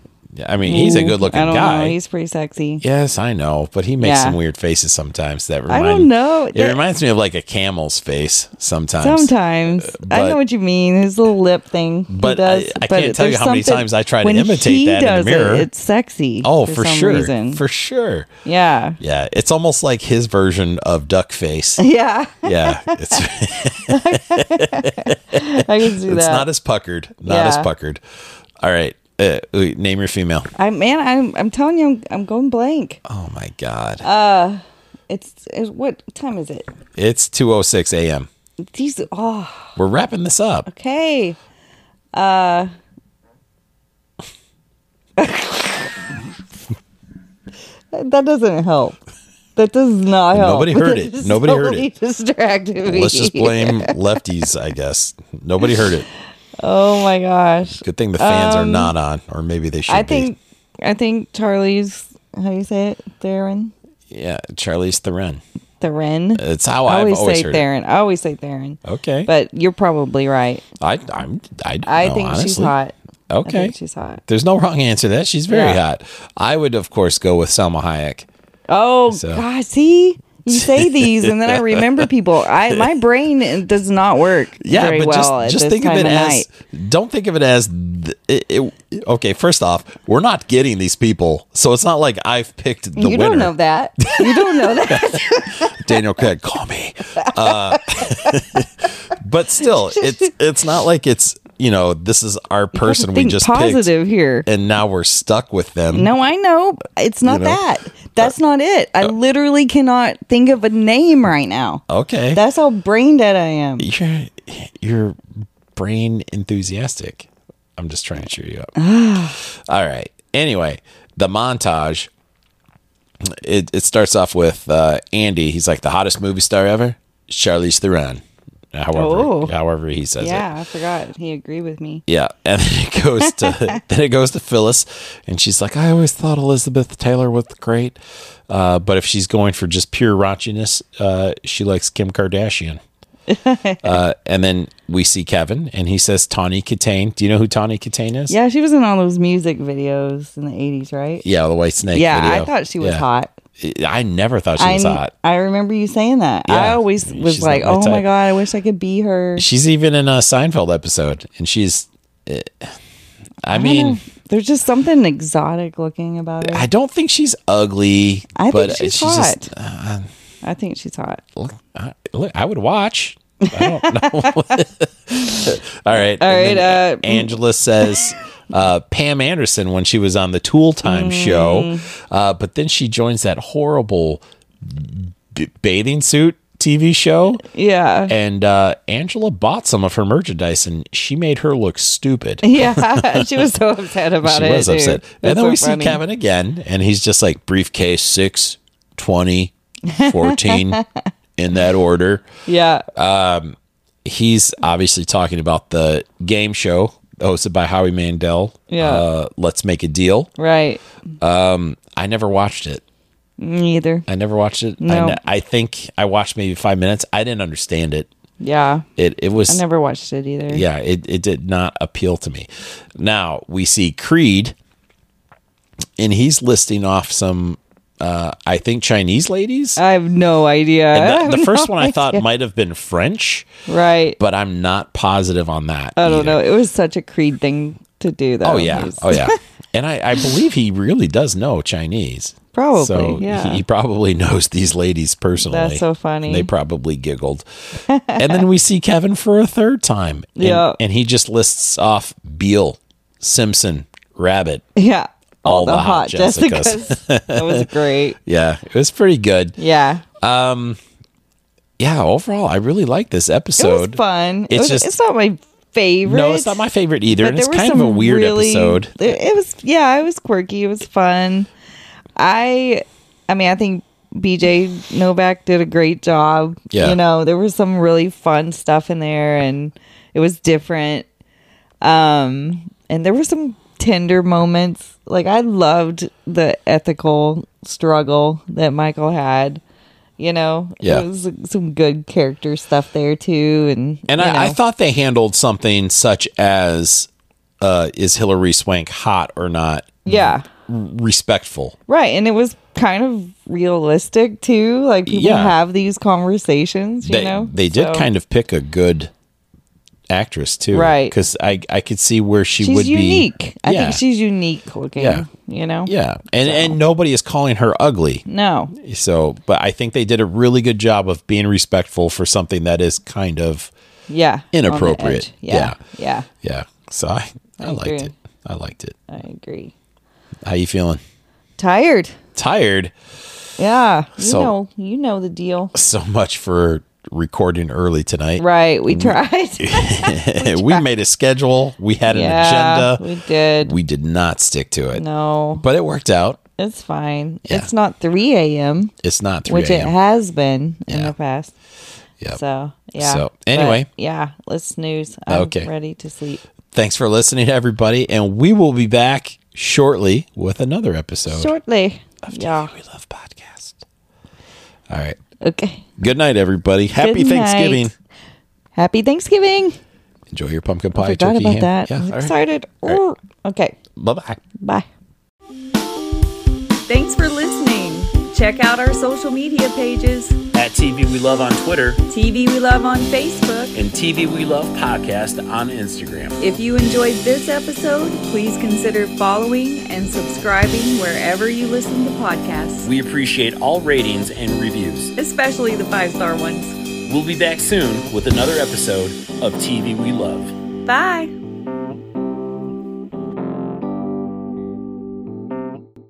Speaker 8: i mean he's a
Speaker 9: Ooh,
Speaker 8: good looking
Speaker 9: Mm, I don't
Speaker 8: guy
Speaker 9: Know. He's pretty sexy.
Speaker 8: Yes, I know, but he makes
Speaker 9: Yeah.
Speaker 8: some weird faces sometimes. That
Speaker 9: I
Speaker 8: remind
Speaker 9: don't know.
Speaker 8: It
Speaker 9: That-
Speaker 8: reminds me of like a camel's face sometimes.
Speaker 9: Sometimes I know
Speaker 8: but-
Speaker 9: what you mean. His little lip thing. He
Speaker 8: But
Speaker 9: does,
Speaker 8: I- I
Speaker 9: but
Speaker 8: can't tell you
Speaker 9: there's
Speaker 8: how many
Speaker 9: something-
Speaker 8: times I try to
Speaker 9: when
Speaker 8: imitate
Speaker 9: he
Speaker 8: that in the
Speaker 9: does it,
Speaker 8: mirror.
Speaker 9: it's sexy.
Speaker 8: Oh, for,
Speaker 9: some
Speaker 8: sure,
Speaker 9: reason.
Speaker 8: for sure.
Speaker 9: [laughs] yeah, [laughs]
Speaker 8: Yeah, it's almost like his version of duck face.
Speaker 9: yeah.
Speaker 8: yeah, it's [laughs] it's
Speaker 9: I can do that.
Speaker 8: not as puckered, not as
Speaker 9: Yeah.
Speaker 8: puckered. All right, uh, wait, name your female.
Speaker 9: I man, I'm I'm telling you, I'm, I'm going blank.
Speaker 8: Oh my god,
Speaker 9: Uh, It's, it's what time is it?
Speaker 8: it's two oh six a.m.
Speaker 9: These oh
Speaker 8: We're wrapping this
Speaker 9: [laughs]
Speaker 8: up.
Speaker 9: Okay. Uh, [laughs] that doesn't help. That does not help.
Speaker 8: Nobody heard
Speaker 9: That [laughs]
Speaker 8: it.
Speaker 9: just
Speaker 8: Nobody heard
Speaker 9: totally Distracted me.
Speaker 8: Let's just blame lefties, I guess. Nobody heard it.
Speaker 9: Oh my gosh.
Speaker 8: Good thing the fans are not on, or maybe they should.
Speaker 9: Um, I
Speaker 8: be.
Speaker 9: think. I think Charlie's. How do you say it? Theron.
Speaker 8: Yeah, Charlize Theron.
Speaker 9: Theron.
Speaker 8: It's how
Speaker 9: I
Speaker 8: I've
Speaker 9: always,
Speaker 8: always
Speaker 9: say
Speaker 8: heard.
Speaker 9: Theron. I always say Theron.
Speaker 8: It. Okay, but
Speaker 9: But you're probably right.
Speaker 8: I, I'm, I, don't
Speaker 9: I
Speaker 8: know,
Speaker 9: think she's
Speaker 8: honestly.
Speaker 9: hot. I
Speaker 8: Okay,
Speaker 9: think she's hot.
Speaker 8: there's no wrong answer to that. She's very
Speaker 9: Yeah.
Speaker 8: hot. I would, of course, go with Selma Hayek.
Speaker 9: Oh
Speaker 8: So-
Speaker 9: God! See, you say these, and then I remember people. I my brain does not work
Speaker 8: [laughs] Yeah,
Speaker 9: very
Speaker 8: but
Speaker 9: well
Speaker 8: just,
Speaker 9: at
Speaker 8: just
Speaker 9: this
Speaker 8: think
Speaker 9: time
Speaker 8: of it
Speaker 9: of
Speaker 8: as.
Speaker 9: night.
Speaker 8: Don't think of it as. th- It, it- okay, first off, we're not getting these people, so it's not like I've picked the
Speaker 9: you
Speaker 8: winner.
Speaker 9: don't
Speaker 8: [laughs]
Speaker 9: know that. You don't know that.
Speaker 8: Daniel
Speaker 9: [laughs]
Speaker 8: Craig, [laughs] call me. Uh, but still, it's it's not like it's you know, this is our person we
Speaker 9: think
Speaker 8: just
Speaker 9: positive
Speaker 8: picked,
Speaker 9: here.
Speaker 8: and now we're stuck with them.
Speaker 9: No, I know. It's not
Speaker 8: know? Oh.
Speaker 9: that. That's not it. I literally cannot think of a name right now.
Speaker 8: Okay.
Speaker 9: That's how brain dead I am.
Speaker 8: you're you're brain enthusiastic. I'm just trying to cheer you
Speaker 9: [sighs]
Speaker 8: up. All right. Anyway, the montage. It it starts off with uh, Andy. He's like the hottest movie star ever, Charlize Theron. However,
Speaker 9: Oh.
Speaker 8: however he says it.
Speaker 9: Yeah, I forgot. He agreed with me.
Speaker 8: Yeah, [laughs] and then it goes
Speaker 9: [laughs]
Speaker 8: to then it goes to Phyllis, and she's like, "I always thought Elizabeth Taylor was great, uh, but if she's going for just pure raunchiness, uh, she likes Kim
Speaker 9: [laughs]
Speaker 8: Kardashian." uh, and then we see Kevin, and he says, "Tawny Katane." Do you know who Tawny Katane is?
Speaker 9: Yeah, she was in all those music videos in the 80s, right?
Speaker 8: yeah, the White Snake.
Speaker 9: Yeah,
Speaker 8: video.
Speaker 9: I thought she was
Speaker 8: Yeah.
Speaker 9: hot.
Speaker 8: I never thought she was
Speaker 9: I,
Speaker 8: hot.
Speaker 9: I remember you saying that. I
Speaker 8: Yeah.
Speaker 9: always was
Speaker 8: She's not
Speaker 9: like,
Speaker 8: my
Speaker 9: oh my
Speaker 8: type."
Speaker 9: God, I wish I could be her.
Speaker 8: She's even in a Seinfeld episode, and she's. eh, I, mean.
Speaker 9: There's just something exotic looking about her.
Speaker 8: I don't think she's ugly.
Speaker 9: I
Speaker 8: but
Speaker 9: think she's,
Speaker 8: she's
Speaker 9: hot.
Speaker 8: just uh,
Speaker 9: I think she's hot.
Speaker 8: look, I, look, I would watch. I don't know.
Speaker 9: [laughs]
Speaker 8: [laughs] All right.
Speaker 9: All
Speaker 8: and
Speaker 9: right,
Speaker 8: then
Speaker 9: uh,
Speaker 8: Angela says uh, Pam Anderson when she was on the Tool
Speaker 9: Mm.
Speaker 8: Time show, uh, but then she joins that horrible b- bathing suit TV show.
Speaker 9: Yeah.
Speaker 8: And uh, Angela bought some of her merchandise and she made her look
Speaker 9: [laughs]
Speaker 8: stupid.
Speaker 9: [laughs] yeah. she was so upset about
Speaker 8: she
Speaker 9: it.
Speaker 8: was
Speaker 9: dude.
Speaker 8: upset.
Speaker 9: That's
Speaker 8: And then
Speaker 9: so
Speaker 8: we
Speaker 9: funny.
Speaker 8: see Kevin again, and he's just like briefcase 6, 20,
Speaker 9: [laughs]
Speaker 8: 14 in that order.
Speaker 9: Yeah.
Speaker 8: Uh, He's obviously talking about the game show hosted by Howie Mandel.
Speaker 9: Yeah.
Speaker 8: Uh, Let's Make a Deal.
Speaker 9: right.
Speaker 8: I never watched it.
Speaker 9: Neither.
Speaker 8: I never watched it. I,
Speaker 9: No.
Speaker 8: ne- I think I watched maybe five minutes. I didn't understand it.
Speaker 9: Yeah.
Speaker 8: It it
Speaker 9: I
Speaker 8: was
Speaker 9: never watched it either.
Speaker 8: yeah, it, it did not appeal to me. Now we see Creed, and he's listing off some, uh, I think Chinese ladies.
Speaker 9: I have no idea. Uh, [laughs] I
Speaker 8: And
Speaker 9: have
Speaker 8: the, the
Speaker 9: no
Speaker 8: first one I thought
Speaker 9: idea.
Speaker 8: might have been French,
Speaker 9: right.
Speaker 8: but I'm not positive on that.
Speaker 9: I don't
Speaker 8: either.
Speaker 9: know. It was such a Creed thing to do, though.
Speaker 8: Oh yeah,
Speaker 9: He's-
Speaker 8: oh yeah, and I, I believe he really does know Chinese.
Speaker 9: Probably,
Speaker 8: so
Speaker 9: yeah.
Speaker 8: He probably [laughs] knows these ladies personally.
Speaker 9: That's so funny.
Speaker 8: They probably giggled. and then we see Kevin for a third time. And,
Speaker 9: Yeah.
Speaker 8: and he just lists off Beal, Simpson,
Speaker 9: [laughs]
Speaker 8: Rabbit.
Speaker 9: yeah.
Speaker 8: All the hot Jessicas.
Speaker 9: Jessicas. [laughs] that was
Speaker 8: [laughs]
Speaker 9: great.
Speaker 8: Yeah, it was pretty good.
Speaker 9: Yeah.
Speaker 8: Yeah, overall, I really like this
Speaker 9: It was
Speaker 8: episode.
Speaker 9: fun.
Speaker 8: It's
Speaker 9: It's, it was,
Speaker 8: just-
Speaker 9: it's not my favorite.
Speaker 8: No, it's not my favorite either.
Speaker 9: but
Speaker 8: And it's
Speaker 9: there were
Speaker 8: kind of
Speaker 9: some
Speaker 8: a weird
Speaker 9: really-
Speaker 8: episode.
Speaker 9: It, it was yeah, it was quirky. It was fun. I I mean, I think BJ Novak did a great job.
Speaker 8: Yeah.
Speaker 9: You know, there was some really fun stuff in there and it was different. Um and there were some tender moments. Like I loved the ethical struggle that Michael had. You know,
Speaker 8: Yeah.
Speaker 9: there was some good character stuff there too, and
Speaker 8: And
Speaker 9: you
Speaker 8: I, I
Speaker 9: know.
Speaker 8: thought they handled something such as uh, is Hillary Swank hot or not
Speaker 9: yeah,
Speaker 8: respectful.
Speaker 9: Right. And it was kind of realistic too. Like people
Speaker 8: Yeah.
Speaker 9: have these conversations, you
Speaker 8: they,
Speaker 9: know?
Speaker 8: they did kind of pick a good actress too
Speaker 9: Right.
Speaker 8: because I, I could see where she
Speaker 9: She's
Speaker 8: would
Speaker 9: unique.
Speaker 8: be
Speaker 9: I
Speaker 8: yeah.
Speaker 9: think she's unique looking.
Speaker 8: Yeah.
Speaker 9: You know?
Speaker 8: yeah and and nobody is calling her ugly
Speaker 9: No.
Speaker 8: so but i think they did a really good job of being respectful for something that is kind of
Speaker 9: Yeah. on the
Speaker 8: Inappropriate.
Speaker 9: edge. Yeah. Yeah.
Speaker 8: yeah so i i, liked
Speaker 9: agree.
Speaker 8: it i liked it
Speaker 9: I agree.
Speaker 8: how you feeling
Speaker 9: Tired.
Speaker 8: tired
Speaker 9: Yeah. You
Speaker 8: So-
Speaker 9: know, you know the deal.
Speaker 8: so much for recording early tonight
Speaker 9: Right. We tried. [laughs]
Speaker 8: [laughs] we made a schedule we had an
Speaker 9: yeah.
Speaker 8: agenda
Speaker 9: We did.
Speaker 8: we did not stick to it
Speaker 9: no.
Speaker 8: but it worked out
Speaker 9: It's fine.
Speaker 8: Yeah.
Speaker 9: It's not 3 a.m.,
Speaker 8: it's not 3
Speaker 9: which it
Speaker 8: a.m
Speaker 9: has been in
Speaker 8: Yeah.
Speaker 9: the past.
Speaker 8: Yep.
Speaker 9: So yeah.
Speaker 8: So,
Speaker 9: But,
Speaker 8: anyway.
Speaker 9: yeah, let's snooze. I'm
Speaker 8: Okay.
Speaker 9: ready to sleep.
Speaker 8: Thanks for listening, everybody. And we will be back shortly with another episode
Speaker 9: Shortly. Yeah.
Speaker 8: of We Love Podcast. All right.
Speaker 9: Okay.
Speaker 8: Good night, everybody. Happy
Speaker 9: Good night.
Speaker 8: Thanksgiving.
Speaker 9: Happy Thanksgiving.
Speaker 8: Enjoy your pumpkin pie.
Speaker 9: Forgot
Speaker 8: turkey
Speaker 9: about
Speaker 8: ham.
Speaker 9: that.
Speaker 8: Yeah.
Speaker 9: I'm excited.
Speaker 8: All
Speaker 9: Ooh. Okay.
Speaker 8: Bye bye.
Speaker 9: Bye.
Speaker 11: Thanks for listening. Check out our social media pages
Speaker 1: At TV We Love on Twitter
Speaker 11: TV We Love on Facebook.
Speaker 1: and TV We Love Podcast on Instagram.
Speaker 11: If you enjoyed this episode, please consider following and subscribing wherever you listen to podcasts,
Speaker 1: We appreciate all ratings and reviews.
Speaker 11: especially the five star ones.
Speaker 1: We'll be back soon with another episode of TV We Love.
Speaker 11: Bye.